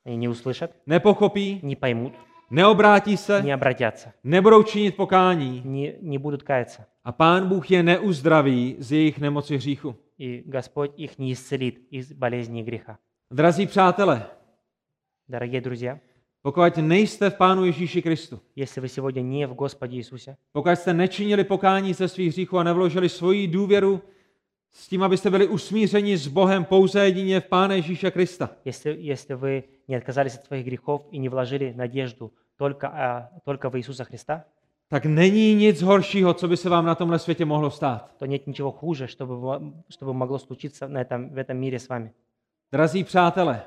Speaker 2: Они не услышат,
Speaker 1: nepochopí,
Speaker 2: не поймут,
Speaker 1: neobrátí se,
Speaker 2: не обратятся,
Speaker 1: nebudou činit pokání
Speaker 2: не, не будут каяться.
Speaker 1: a pán Bůh je neuzdraví z jejich nemoci hříchu.
Speaker 2: И Господь их не исцелит из болезни и греха.
Speaker 1: Drazí přátelé,
Speaker 2: Дорогие друзья,
Speaker 1: pokud nejste v Pánu Ježíši Kristu,
Speaker 2: если вы сегодня не в Господе Иисусе,
Speaker 1: pokud jste nečinili pokání ze svých hříchů a nevložili svoji důvěru s tím, abyste byli usmířeni s Bohem pouze jedině v Pána Ježíše Krista,
Speaker 2: если, если вы не отказались от своих грехов и не вложили надежду только, а, только в Иисуса Христа,
Speaker 1: tak není nic horšího, co by se vám na tomhle světě mohlo stát.
Speaker 2: то нет ничего хуже, чтобы, ва- чтобы могло случиться на этом, в этом мире с вами.
Speaker 1: Drazí přátelé,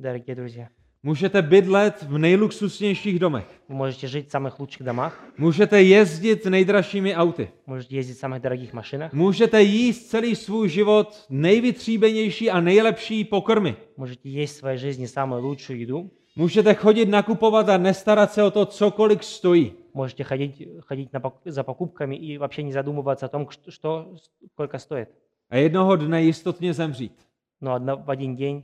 Speaker 2: Дорогие друзья,
Speaker 1: můžete bydlet v nejluxusnějších domech,
Speaker 2: вы можете жить в самых лучших домах,
Speaker 1: můžete jezdit nejdražšími auty,
Speaker 2: можете ездить в самых дорогих машинах,
Speaker 1: Můžete jíst celý svůj život nejvytříbenější a nejlepší pokrmy.
Speaker 2: можете есть в своей жизни самую лучшую еду,
Speaker 1: Můžete chodit nakupovat a nestarat se o to, cokoliv stojí.
Speaker 2: можете ходить, ходить на пок- за покупками и вообще не задумываться о том, что, что сколько стоит.
Speaker 1: A jednoho dne jistotně zemřít.
Speaker 2: но одно- в один день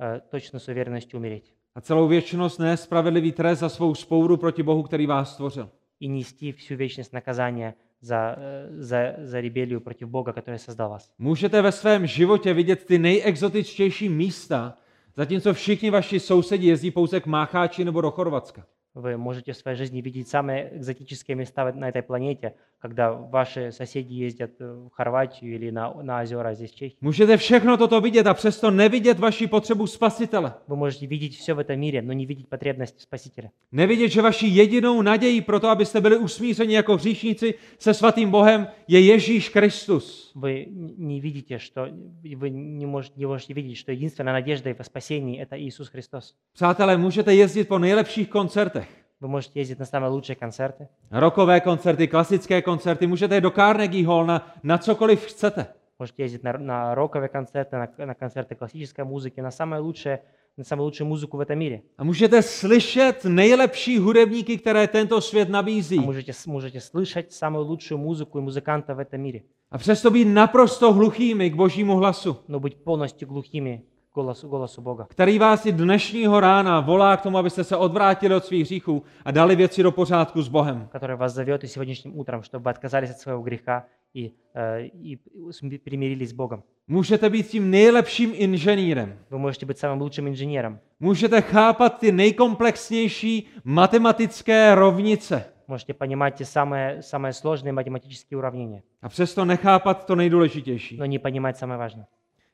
Speaker 2: э, точно с уверенностью умереть
Speaker 1: A celou věčnost nést spravedlivý trest za svou spouru proti Bohu, který vás stvořil.
Speaker 2: и нести всю вечность наказания за, э, за, за ребелию против Бога, который создал вас.
Speaker 1: Můžete ve svém životě vidět ty nejexotičtější místa, zatímco všichni vaši sousedi jezdí pouze k Mácháči nebo do Chorvatska.
Speaker 2: Вы можете в своей жизни видеть самые экзотические места в- на этой планете, когда ваши соседи ездят э, в Хорватию или на, на озера а здесь в Чехии.
Speaker 1: Můžete všechno toto vidět a přesto nevidět vaši potřebu spasitele.
Speaker 2: Вы можете видеть все в этом мире, но не видеть потребность Спасителя.
Speaker 1: Nevidět, že vaší jedinou nadějí pro to, abyste byli usmířeni jako hříšníci se svatým Bohem, je Ježíš Kristus.
Speaker 2: Вы н- не видите, что вы не можете, не можете видеть, что единственная надежда во спасении – это Иисус Христос.
Speaker 1: Přátelé, můžete jezdit po nejlepších koncertech.
Speaker 2: Вы можете ездить на самые лучшие концерты,
Speaker 1: Rokové koncerty, klasické koncerty, můžete jít do Carnegie Hall na, на cokoliv chcete.
Speaker 2: можете ездить на, р- на роковые концерты, на, к- на концерты классической музыки, на самое лучшее, на самую лучшую музыку в этом мире.
Speaker 1: A můžete slyšet nejlepší hudebníky, které tento svět
Speaker 2: Вы
Speaker 1: nabízí.
Speaker 2: можете, с- можете слышать самую лучшую музыку и музыканта в этом мире,
Speaker 1: A přesto být naprosto hluchými k božímu hlasu,
Speaker 2: но быть полностью глухими к голосу, голосу Бога,
Speaker 1: který vás i dnešního rána volá k tomu, abyste se odvrátili od svých hříchů a dali věci do pořádku s Bohem.
Speaker 2: который вас зовет и сегодняшним утром, чтобы вы отказались от своего греха и, э, и см- примирились с Богом.
Speaker 1: Můžete být tím nejlepším inženýrem.
Speaker 2: Вы можете быть самым лучшим инженером,
Speaker 1: Můžete chápat ty nejkomplexnější matematické rovnice
Speaker 2: можете понимать те самые, самые сложные математические уравнения,
Speaker 1: a přesto nechápat to nejdůležitější.
Speaker 2: но не понимать самое важное.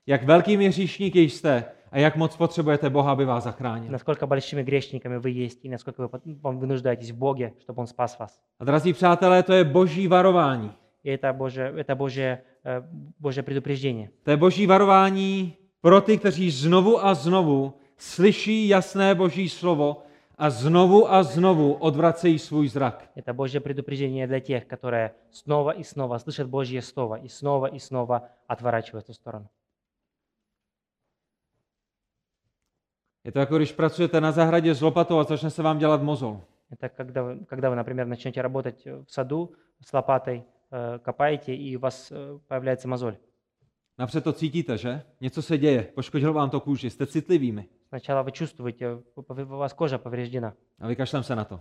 Speaker 1: Jak velkými hříšníky jste a jak moc potřebujete Boha, aby vás zachránil.
Speaker 2: Насколько большими грешниками вы есть и насколько вы, пот- вам- вы нуждаетесь в Боге, чтобы Он спас вас.
Speaker 1: A drazí přátelé, to je boží varování.
Speaker 2: И это Божье, это Божье, э, Божье предупреждение.
Speaker 1: To je boží varování pro ty, kteří znovu a znovu slyší jasné boží slovo a znovu a znovu odvracejí svůj zrak.
Speaker 2: Это Божье предупреждение для тех, которые снова и снова слышат Божье Слово и снова и снова отворачиваются в сторону.
Speaker 1: Je to jako když pracujete na zahradě s lopatou a začne se vám dělat mozol.
Speaker 2: Это когда вы, когда вы, например, начнете работать э, в саду с лопатой, э, копаете, и у вас э, появляется мозоль.
Speaker 1: Napřed to cítíte, že? Něco se děje, poškodil vám to kůži, jste citlivými.
Speaker 2: Сначала вы чувствуете, э, у у вас кожа повреждена,
Speaker 1: A vykašlem se na to.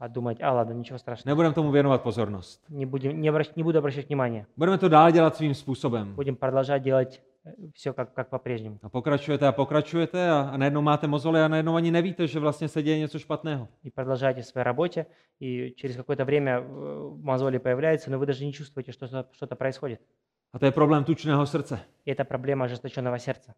Speaker 2: а думаете, а ладно, ничего страшного.
Speaker 1: Nebudeme tomu věnovat pozornost.
Speaker 2: Не, будем, не, обращ- не буду обращать внимания.
Speaker 1: Budeme to dál dělat svým způsobem.
Speaker 2: Будем продолжать делать все как, как по-прежнему.
Speaker 1: A pokračujete a pokračujete a, a najednou máte mozoly a najednou ani nevíte, že vlastně se děje něco špatného.
Speaker 2: И продолжаете в своей работе, и через какое-то время э, мозоли появляются, но вы даже не чувствуете, что что- что-то происходит.
Speaker 1: A to je problém tučného srdce.
Speaker 2: И это проблема ожесточенного сердца.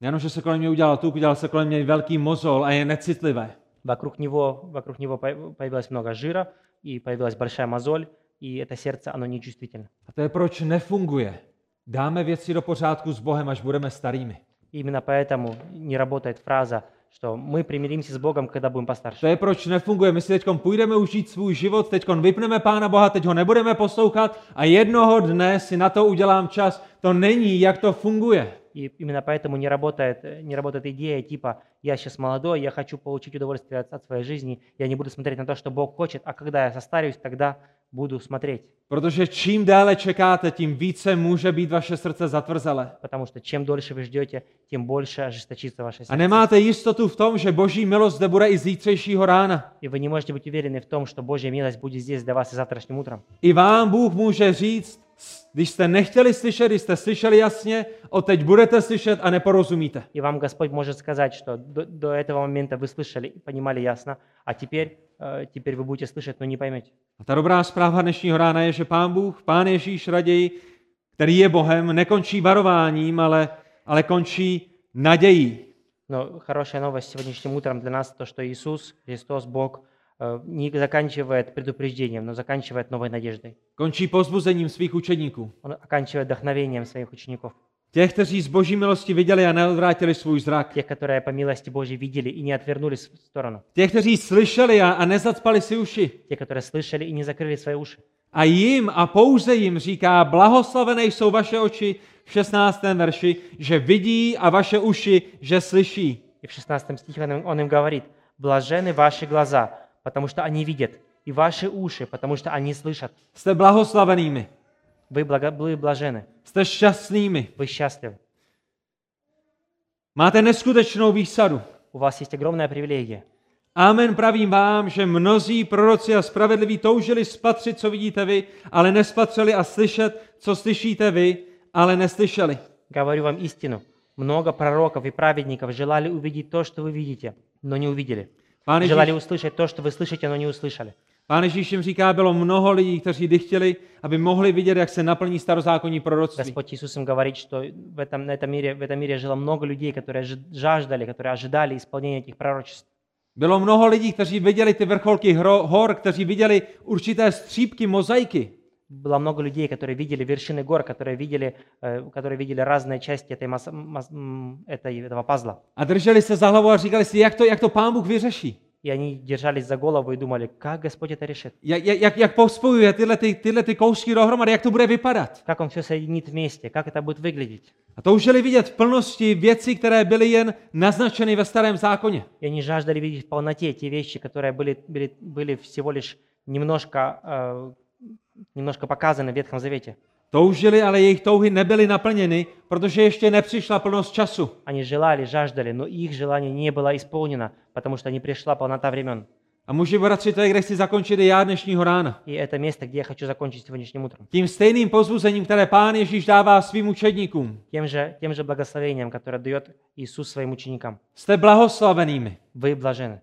Speaker 1: Nejenom, že se kolem mě udělal tuk, udělal se kolem mě velký mozol a je necitlivé.
Speaker 2: Вокруг него, вокруг него по- появилось много жира, и появилась большая мозоль, и это сердце, оно нечувствительно.
Speaker 1: A to je proč nefunguje. Dáme věci do pořádku s Bohem, až budeme starými.
Speaker 2: И именно поэтому не работает фраза, что мы примиримся с Богом, когда будем
Speaker 1: To
Speaker 2: постарше.
Speaker 1: je proč nefunguje. My si teď půjdeme užít svůj život, teď vypneme Pána Boha, teď ho nebudeme poslouchat a jednoho dne si na to udělám čas. To není, jak to funguje.
Speaker 2: И именно поэтому не работает, э, не работает идея типа «я сейчас молодой, я хочу получить удовольствие от, от своей жизни, я не буду смотреть на то, что Бог хочет, а когда я состарюсь, тогда буду смотреть».
Speaker 1: Protože čím déle čekáte, tím více může být vaše srdce zatvrzelé.
Speaker 2: Потому что чем дольше вы ждете, тем больше ожесточится ваше
Speaker 1: A
Speaker 2: сердце.
Speaker 1: nemáte jistotu v tom, že boží milost zde bude i zítřejšího rána.
Speaker 2: И вы не можете быть уверены в том, что Божья милость будет здесь для vás и завтрашним утром.
Speaker 1: I vám Bůh může říct, když jste nechtěli slyšet, když jste slyšeli jasně, o teď budete slyšet a neporozumíte.
Speaker 2: И вам Господь может сказать, что до, до этого момента вы слышали и понимали ясно, а теперь, э, теперь вы будете слышать, но не поймете.
Speaker 1: A ta dobrá zpráva dnešního rána je, že Pán Bůh, Pán Ježíš raději, který je Bohem, nekončí varováním, ale, ale končí nadějí.
Speaker 2: Но хорошая новость сегодняшним утром для нас, то, что Иисус, Христос, Бог, э, не заканчивает предупреждением, но заканчивает новой надеждой.
Speaker 1: Končí pozbuzením svých učedníků.
Speaker 2: Он оканчивает вдохновением своих учеников,
Speaker 1: Těch, kteří z boží milosti viděli a neodvrátili svůj zrak.
Speaker 2: тех, которые по милости Божьей видели и не отвернулись в сторону,
Speaker 1: Těch, kteří slyšeli a, a nezacpali si uši.
Speaker 2: те, которые slышали и не закрыли свои уши.
Speaker 1: A jim a pouze jim říká, blahoslavené jsou vaše oči v 16. verši, že vidí a vaše uši, že slyší.
Speaker 2: И в 16 стихе он им- он им говорит, «Блажены ваши глаза, потому что они видят, и ваши уши, потому что они слышат».
Speaker 1: Jste blahoslavenými,
Speaker 2: Вы, блага- вы блажены,
Speaker 1: jste šťastnými,
Speaker 2: вы счастливы.
Speaker 1: máte neskutečnou výsadu.
Speaker 2: У вас есть огромная привилегия.
Speaker 1: Amen pravím vám, že mnozí proroci a spravedliví toužili spatřit, co vidíte vy, ale nespatřili a slyšet, co slyšíte vy, ale neslyšeli.
Speaker 2: Говорю вам истину. Много пророков и праведников желали увидеть то, что вы видите, но не увидели.
Speaker 1: Pán Ježíš,
Speaker 2: желали услышать то, что вы слышите, но не услышали.
Speaker 1: Pán Ježíš jim říká, bylo mnoho lidí, kteří kdy chtěli, aby mohli vidět, jak se naplní starozákonní proroctví.
Speaker 2: Господь Иисус им говорит, что в этом, на этом мире, в этом мире жило много людей, которые жи- жаждали, которые ожидали исполнения этих пророчеств.
Speaker 1: Bylo mnoho lidí, kteří viděli ty vrcholky hro, hor, kteří viděli určité střípky mozaiky.
Speaker 2: Было много людей, которые видели вершины гор, которые видели, э, которые видели разные части этой мас- мас- м, этой, этого пазла.
Speaker 1: A drželi se za hlavu a říkali si, jak to, jak to pán Bůh vyřeší.
Speaker 2: И они держались за голову и думали, как Господь это решит,
Speaker 1: Jak, jak- jak, jak pospojuje tyhle, ty, tyhle ty kousky dohromady, jak to bude vypadat.
Speaker 2: как Он все соединит вместе, как это будет выглядеть.
Speaker 1: A toužili vidět v plnosti věci, které byly jen naznačeny ve starém zákoně.
Speaker 2: И они жаждали видеть в полноте те вещи, которые были, были, были всего лишь немножко, э, немножко показаны в Ветхом Завете.
Speaker 1: Toužili, ale jejich touhy nebyly naplněny, protože ještě nepřišla plnost času.
Speaker 2: Они желали, жаждали, но их желание не было исполнено, потому что не пришла полнота времен.
Speaker 1: A muži bratři, to je, kde chci zakončit i já dnešního rána.
Speaker 2: И это место, где я хочу закончить сегодняшним утром.
Speaker 1: Tím stejným pozbuzením, které pán Ježíš dává svým učedníkům.
Speaker 2: Тем же, тем же благословением, которое дает Иисус своим ученикам.
Speaker 1: Jste blahoslavenými.
Speaker 2: Вы блажены.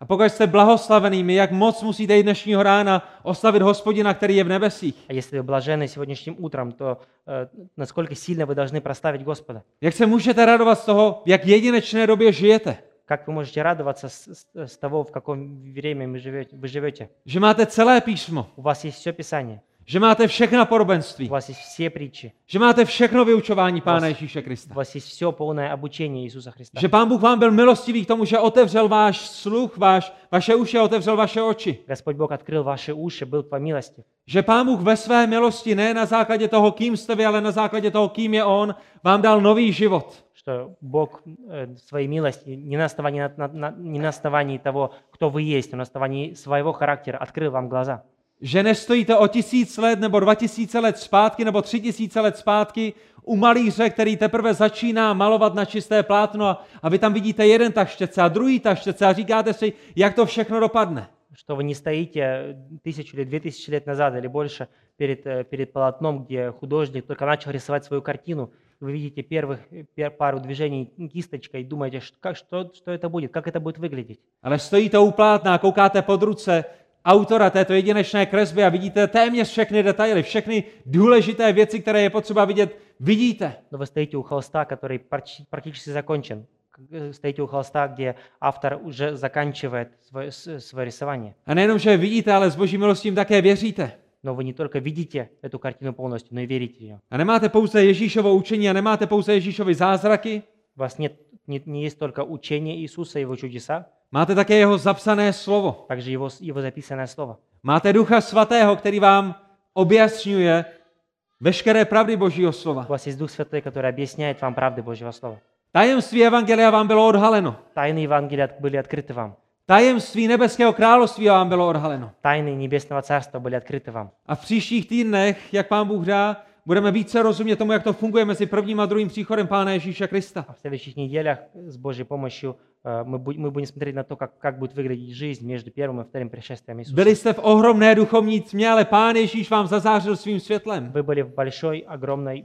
Speaker 1: A pokud jste blahoslavenými, jak moc musíte i dnešního rána oslavit hospodina, který je v nebesích.
Speaker 2: А если вы блажены сегодняшним утром, то э, насколько сильно вы должны проставить Господа?
Speaker 1: Jak se můžete radovat z toho, jak jedinečné době žijete.
Speaker 2: Как вы можете радоваться с, с- с того, в каком время мы живете- вы живете?
Speaker 1: Že máte celé písmo,
Speaker 2: У вас есть все Писание,
Speaker 1: že máte všechna
Speaker 2: у
Speaker 1: porobenství,
Speaker 2: вас есть все притчи,
Speaker 1: že máte všechno vyučování Pána
Speaker 2: Vás-
Speaker 1: Ježíše
Speaker 2: у
Speaker 1: Krista.
Speaker 2: вас есть все полное обучение Иисуса Христа.
Speaker 1: Že Pán Bůh vám byl milostivý k tomu, že otevřel váš sluch, váš, vaše uši a otevřel vaše oči.
Speaker 2: Господь Бог открыл ваши уши, был по милости.
Speaker 1: Že Pán Bůh ve své milosti, ne na základě toho, kým jste vy, ale na základě toho, kým je On, vám dal nový život.
Speaker 2: что Бог э, в своей милости не на, основании, на- на- на- не на основании того, кто вы есть, но на основании своего характера открыл вам глаза.
Speaker 1: Že nestojíte o tisíc let nebo dva tisíce let zpátky nebo tři tisíce let zpátky u malíře, který teprve začíná malovat na čisté plátno a, a vy tam vidíte jeden taštěce a druhý taštěce a říkáte si, jak to všechno dopadne.
Speaker 2: Что вы не стоите э, тысячу или две тысячи лет назад или больше перед, э, перед полотном, где художник только начал рисовать свою картину. Вы видите первых э, пе- пару движений кисточкой и думаете, ш- как, что, что это будет, как это будет выглядеть.
Speaker 1: Ale stojíte u plátna a koukáte pod ruce autora této jedinečné kresby a vidíte téměř všechny detaily, všechny důležité věci, které je potřeba vidět, vidíte.
Speaker 2: Но вы стоите у холста, который практи- практически закончен. К- э, Стоите у холста, где автор уже заканчивает свое, с- свое рисование.
Speaker 1: A nejenom, že je vidíte, ale s boží milostí jim také věříte.
Speaker 2: Но вы не только видите эту картину полностью, но и верите в нее.
Speaker 1: A nemáte pouze Ježíšovo učení a nemáte pouze Ježíšovy zázraky,
Speaker 2: У вас нет, не, не есть только учение Иисуса, его чудеса,
Speaker 1: máte také jeho zapsané slovo.
Speaker 2: также его, с- его записанное слово.
Speaker 1: Máte Ducha Svatého, který vám objasňuje veškeré pravdy Božího slova.
Speaker 2: У вас есть Дух Святой, который obъясняет вам правды Божьего Слова.
Speaker 1: Tajemství Evangelia vám bylo odhaleno.
Speaker 2: Тайны Евангелия от- были открыты vám.
Speaker 1: Tajemství Nebeského království vám bylo odhaleno.
Speaker 2: Тайны Небесного Царства были открыты вам.
Speaker 1: A v příštích týdnech, jak pán Bůh dá, budeme více rozumět tomu, jak to funguje mezi prvním a druhým příchodem Pána Ježíše Krista.
Speaker 2: А в следующих неделях с Божьей помощью э, мы, будь- мы будем смотреть на то, как, как будет выглядеть жизнь между первым и вторым пришествием Иисуса.
Speaker 1: Byli jste v ohromné duchovní tmě, ale Pán Ježíš vám zazářil svým světlem.
Speaker 2: Вы были в большой, огромной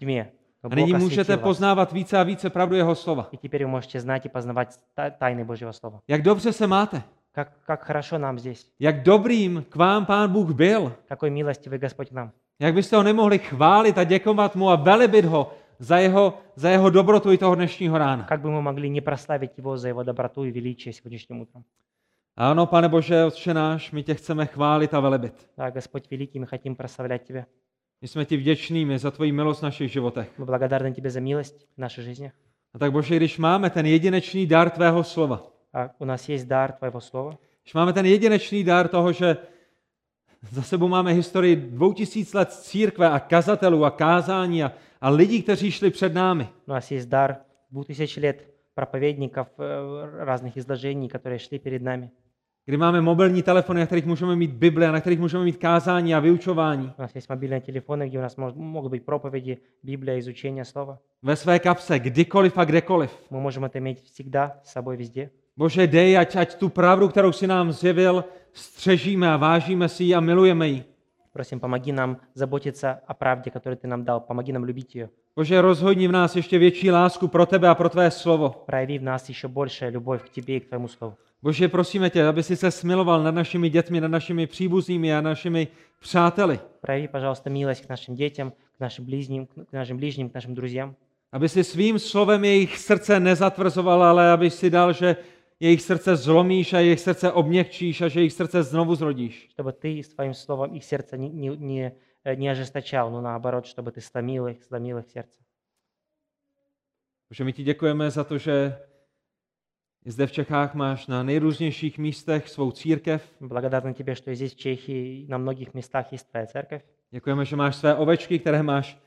Speaker 2: тьме. но
Speaker 1: A
Speaker 2: Бог
Speaker 1: nyní můžete
Speaker 2: осветил вас.
Speaker 1: poznávat více a více pravdu jeho slova.
Speaker 2: И теперь вы можете знать и познавать та- тайны Божьего Слова.
Speaker 1: Jak dobře se máte?
Speaker 2: Как, как хорошо нам здесь.
Speaker 1: Jak dobrým k vám Pán Bůh byl?
Speaker 2: Какой милостивый Господь к нам.
Speaker 1: Jak byste ho nemohli chválit a děkovat mu a velebit ho za jeho, za jeho dobrotu i toho dnešního rána?
Speaker 2: Как бы мы могли не прославить Его за Его доброту и величие сегодняшним утром.
Speaker 1: Ano, pane Bože, Otče náš, my tě chceme chválit a velebit.
Speaker 2: Да, Господь великий, мы хотим прославлять Тебя.
Speaker 1: My jsme ti vděčnými za tvoji milost v našich životech.
Speaker 2: Мы благодарны Тебе за милость в нашей жизни.
Speaker 1: A tak Bože, když máme ten jedinečný dar tvého slova,
Speaker 2: А у нас есть дар Твоего Слова.
Speaker 1: když máme ten jedinečný dar toho, že za sebou máme historii dvou tisíc let církve a kazatelů a kázání a, a lidí, kteří šli před námi.
Speaker 2: У нас есть дар двух тысяч лет проповедников э, разных изложений, которые шли перед nami.
Speaker 1: Kdy máme mobilní telefony, na kterých můžeme mít Bible a na kterých můžeme mít kázání a vyučování.
Speaker 2: У нас есть мобильные телефоны, где у нас мож- могут быть проповеди, Библия, изучение Слова.
Speaker 1: Ve své kapse, kdykoliv a kdekoliv.
Speaker 2: Мы можем это иметь всегда, с собой везде.
Speaker 1: Bože, dej, ať, ať tu pravdu, kterou si nám zjevil, střežíme a vážíme si ji a milujeme ji.
Speaker 2: Просим, помоги нам заботиться о правде, которую Ты нам дал. Помоги нам любить ее.
Speaker 1: Bože, rozhodni v nás ještě větší lásku pro tebe a pro tvé slovo.
Speaker 2: прояви в нас еще большая любовь к Тебе и к Твоему Слову.
Speaker 1: Bože, prosíme tě, aby si se smiloval nad našimi dětmi, nad našimi příbuznými a našimi přáteli.
Speaker 2: Прояви, пожалуйста, милость к нашим детям, к нашим ближним, к нашим ближним, к нашим друзьям.
Speaker 1: Aby si svým slovem jejich srdce nezatvrzoval, ale aby si dal, že jejich srdce zlomíš a jejich srdce obměkčíš a že jejich srdce znovu zrodíš.
Speaker 2: чтобы ты своим словом их сердце не, не, не, э, не ожесточал, но наоборот, чтобы ты сломил их, сломил их сердце.
Speaker 1: Bože, my ti děkujeme za to, že i zde v Čechách máš na nejrůznějších místech svou církev.
Speaker 2: Благодарны тебе, что и здесь, в Чехии, и на многих местах есть твоя церковь.
Speaker 1: Děkujeme, že máš své ovečky, které máš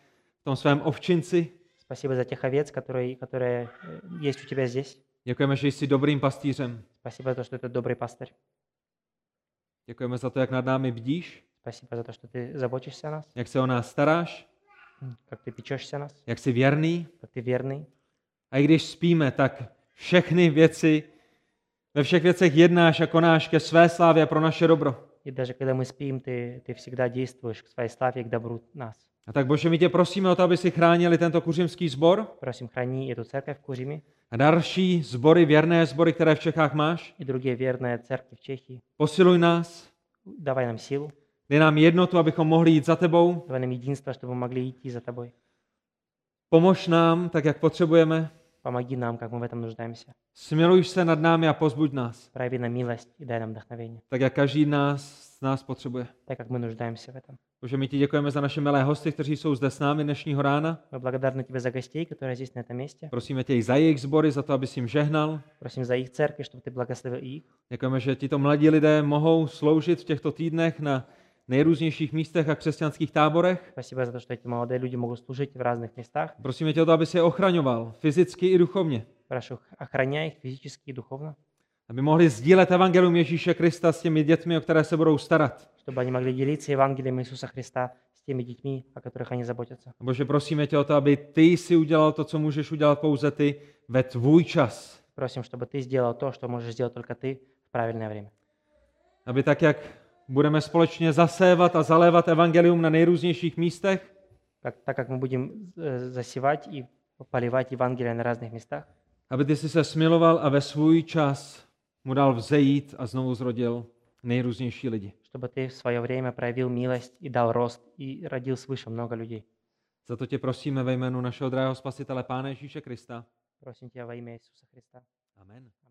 Speaker 1: v tom svém ovčinci.
Speaker 2: Спасибо за тех овец, которые, которые э, есть у тебя здесь.
Speaker 1: Děkujeme, že jsi dobrým pastýřem.
Speaker 2: Спасибо за то, что ты добрый пастырь.
Speaker 1: Děkujeme za to, jak nad námi bdíš,
Speaker 2: Спасибо за то, что ты заботишься о нас,
Speaker 1: jak se o nás staráš,
Speaker 2: как ты печешься о нас,
Speaker 1: jak jsi věrný.
Speaker 2: как ты верный.
Speaker 1: A i když spíme, tak všechny věci, ve všech věcech jednáš a konáš ke své slávě a pro naše dobro.
Speaker 2: И даже когда мы спим, ты, ты всегда действуешь к своей славе и к добру нас.
Speaker 1: A tak Bože, my tě prosíme o to, aby si chránili tento kuřimský sbor
Speaker 2: Просим, храни эту церковь в Куриме
Speaker 1: a další sbory, věrné sbory, které v Čechách máš.
Speaker 2: и другие верные церкви в Чехии.
Speaker 1: Posiluj nás,
Speaker 2: Давай нам силу,
Speaker 1: dej nám jednotu, abychom mohli jít za tebou.
Speaker 2: давай нам единство, чтобы мы могли идти за тобой.
Speaker 1: Pomož nám, tak jak potřebujeme.
Speaker 2: Помоги нам, как мы в этом нуждаемся.
Speaker 1: Smiluj se nad námi a pozbuď nás,
Speaker 2: Прояви нам милость и дай нам вдохновение,
Speaker 1: tak jak každý nás, z nás potřebuje.
Speaker 2: так как мы нуждаемся в этом.
Speaker 1: Bože, my ti děkujeme za naše milé hosty, kteří jsou zde s námi dnešního rána.
Speaker 2: Мы благодарны Тебе за гостей, которые здесь, на этом месте.
Speaker 1: Prosíme tě i za jejich sbory, za to, aby jim žehnal.
Speaker 2: Просим за их церковь, чтобы Ты благословил и их.
Speaker 1: Děkujeme, že tito mladí lidé mohou sloužit v těchto týdnech na nejrůznějších místech a křesťanských táborech.
Speaker 2: Спасибо за то, что эти молодые люди могут slужить в разных местах.
Speaker 1: Prosíme tě o to, aby si je ochraňoval fyzicky i duchovně,
Speaker 2: Прошу, охраняй их физически и духовно,
Speaker 1: aby mohli sdílet evangelium Ježíše Krista s těmi dětmi, o které se budou starat.
Speaker 2: чтобы они могли делиться Евангелием Иисуса Христа с теми детьми, о которых они заботятся.
Speaker 1: A Bože, prosíme tě o to, aby ty si udělal to, co můžeš udělat pouze ty ve tvůj čas.
Speaker 2: Просим, чтобы Ты сделал то, что можешь сделать только Ты в правильное время.
Speaker 1: Aby tak, jak budeme společně zasévat a zalévat evangelium na nejrůznějších místech,
Speaker 2: Как- так как мы будем э, засевать и поливать Евангелие на разных местах,
Speaker 1: aby ty si se smiloval a ve svůj čas mu dal vzejít a znovu zrodil nejrůznější lidi.
Speaker 2: чтобы ты в свое время проявил милость и дал рост, и родил свыше много людей.
Speaker 1: Za to tě prosíme ve jménu našeho drahého spasitele Pána Ježíše Krista.
Speaker 2: Просим тебя во имя Иисуса Христа.
Speaker 1: Amen.
Speaker 2: Аминь.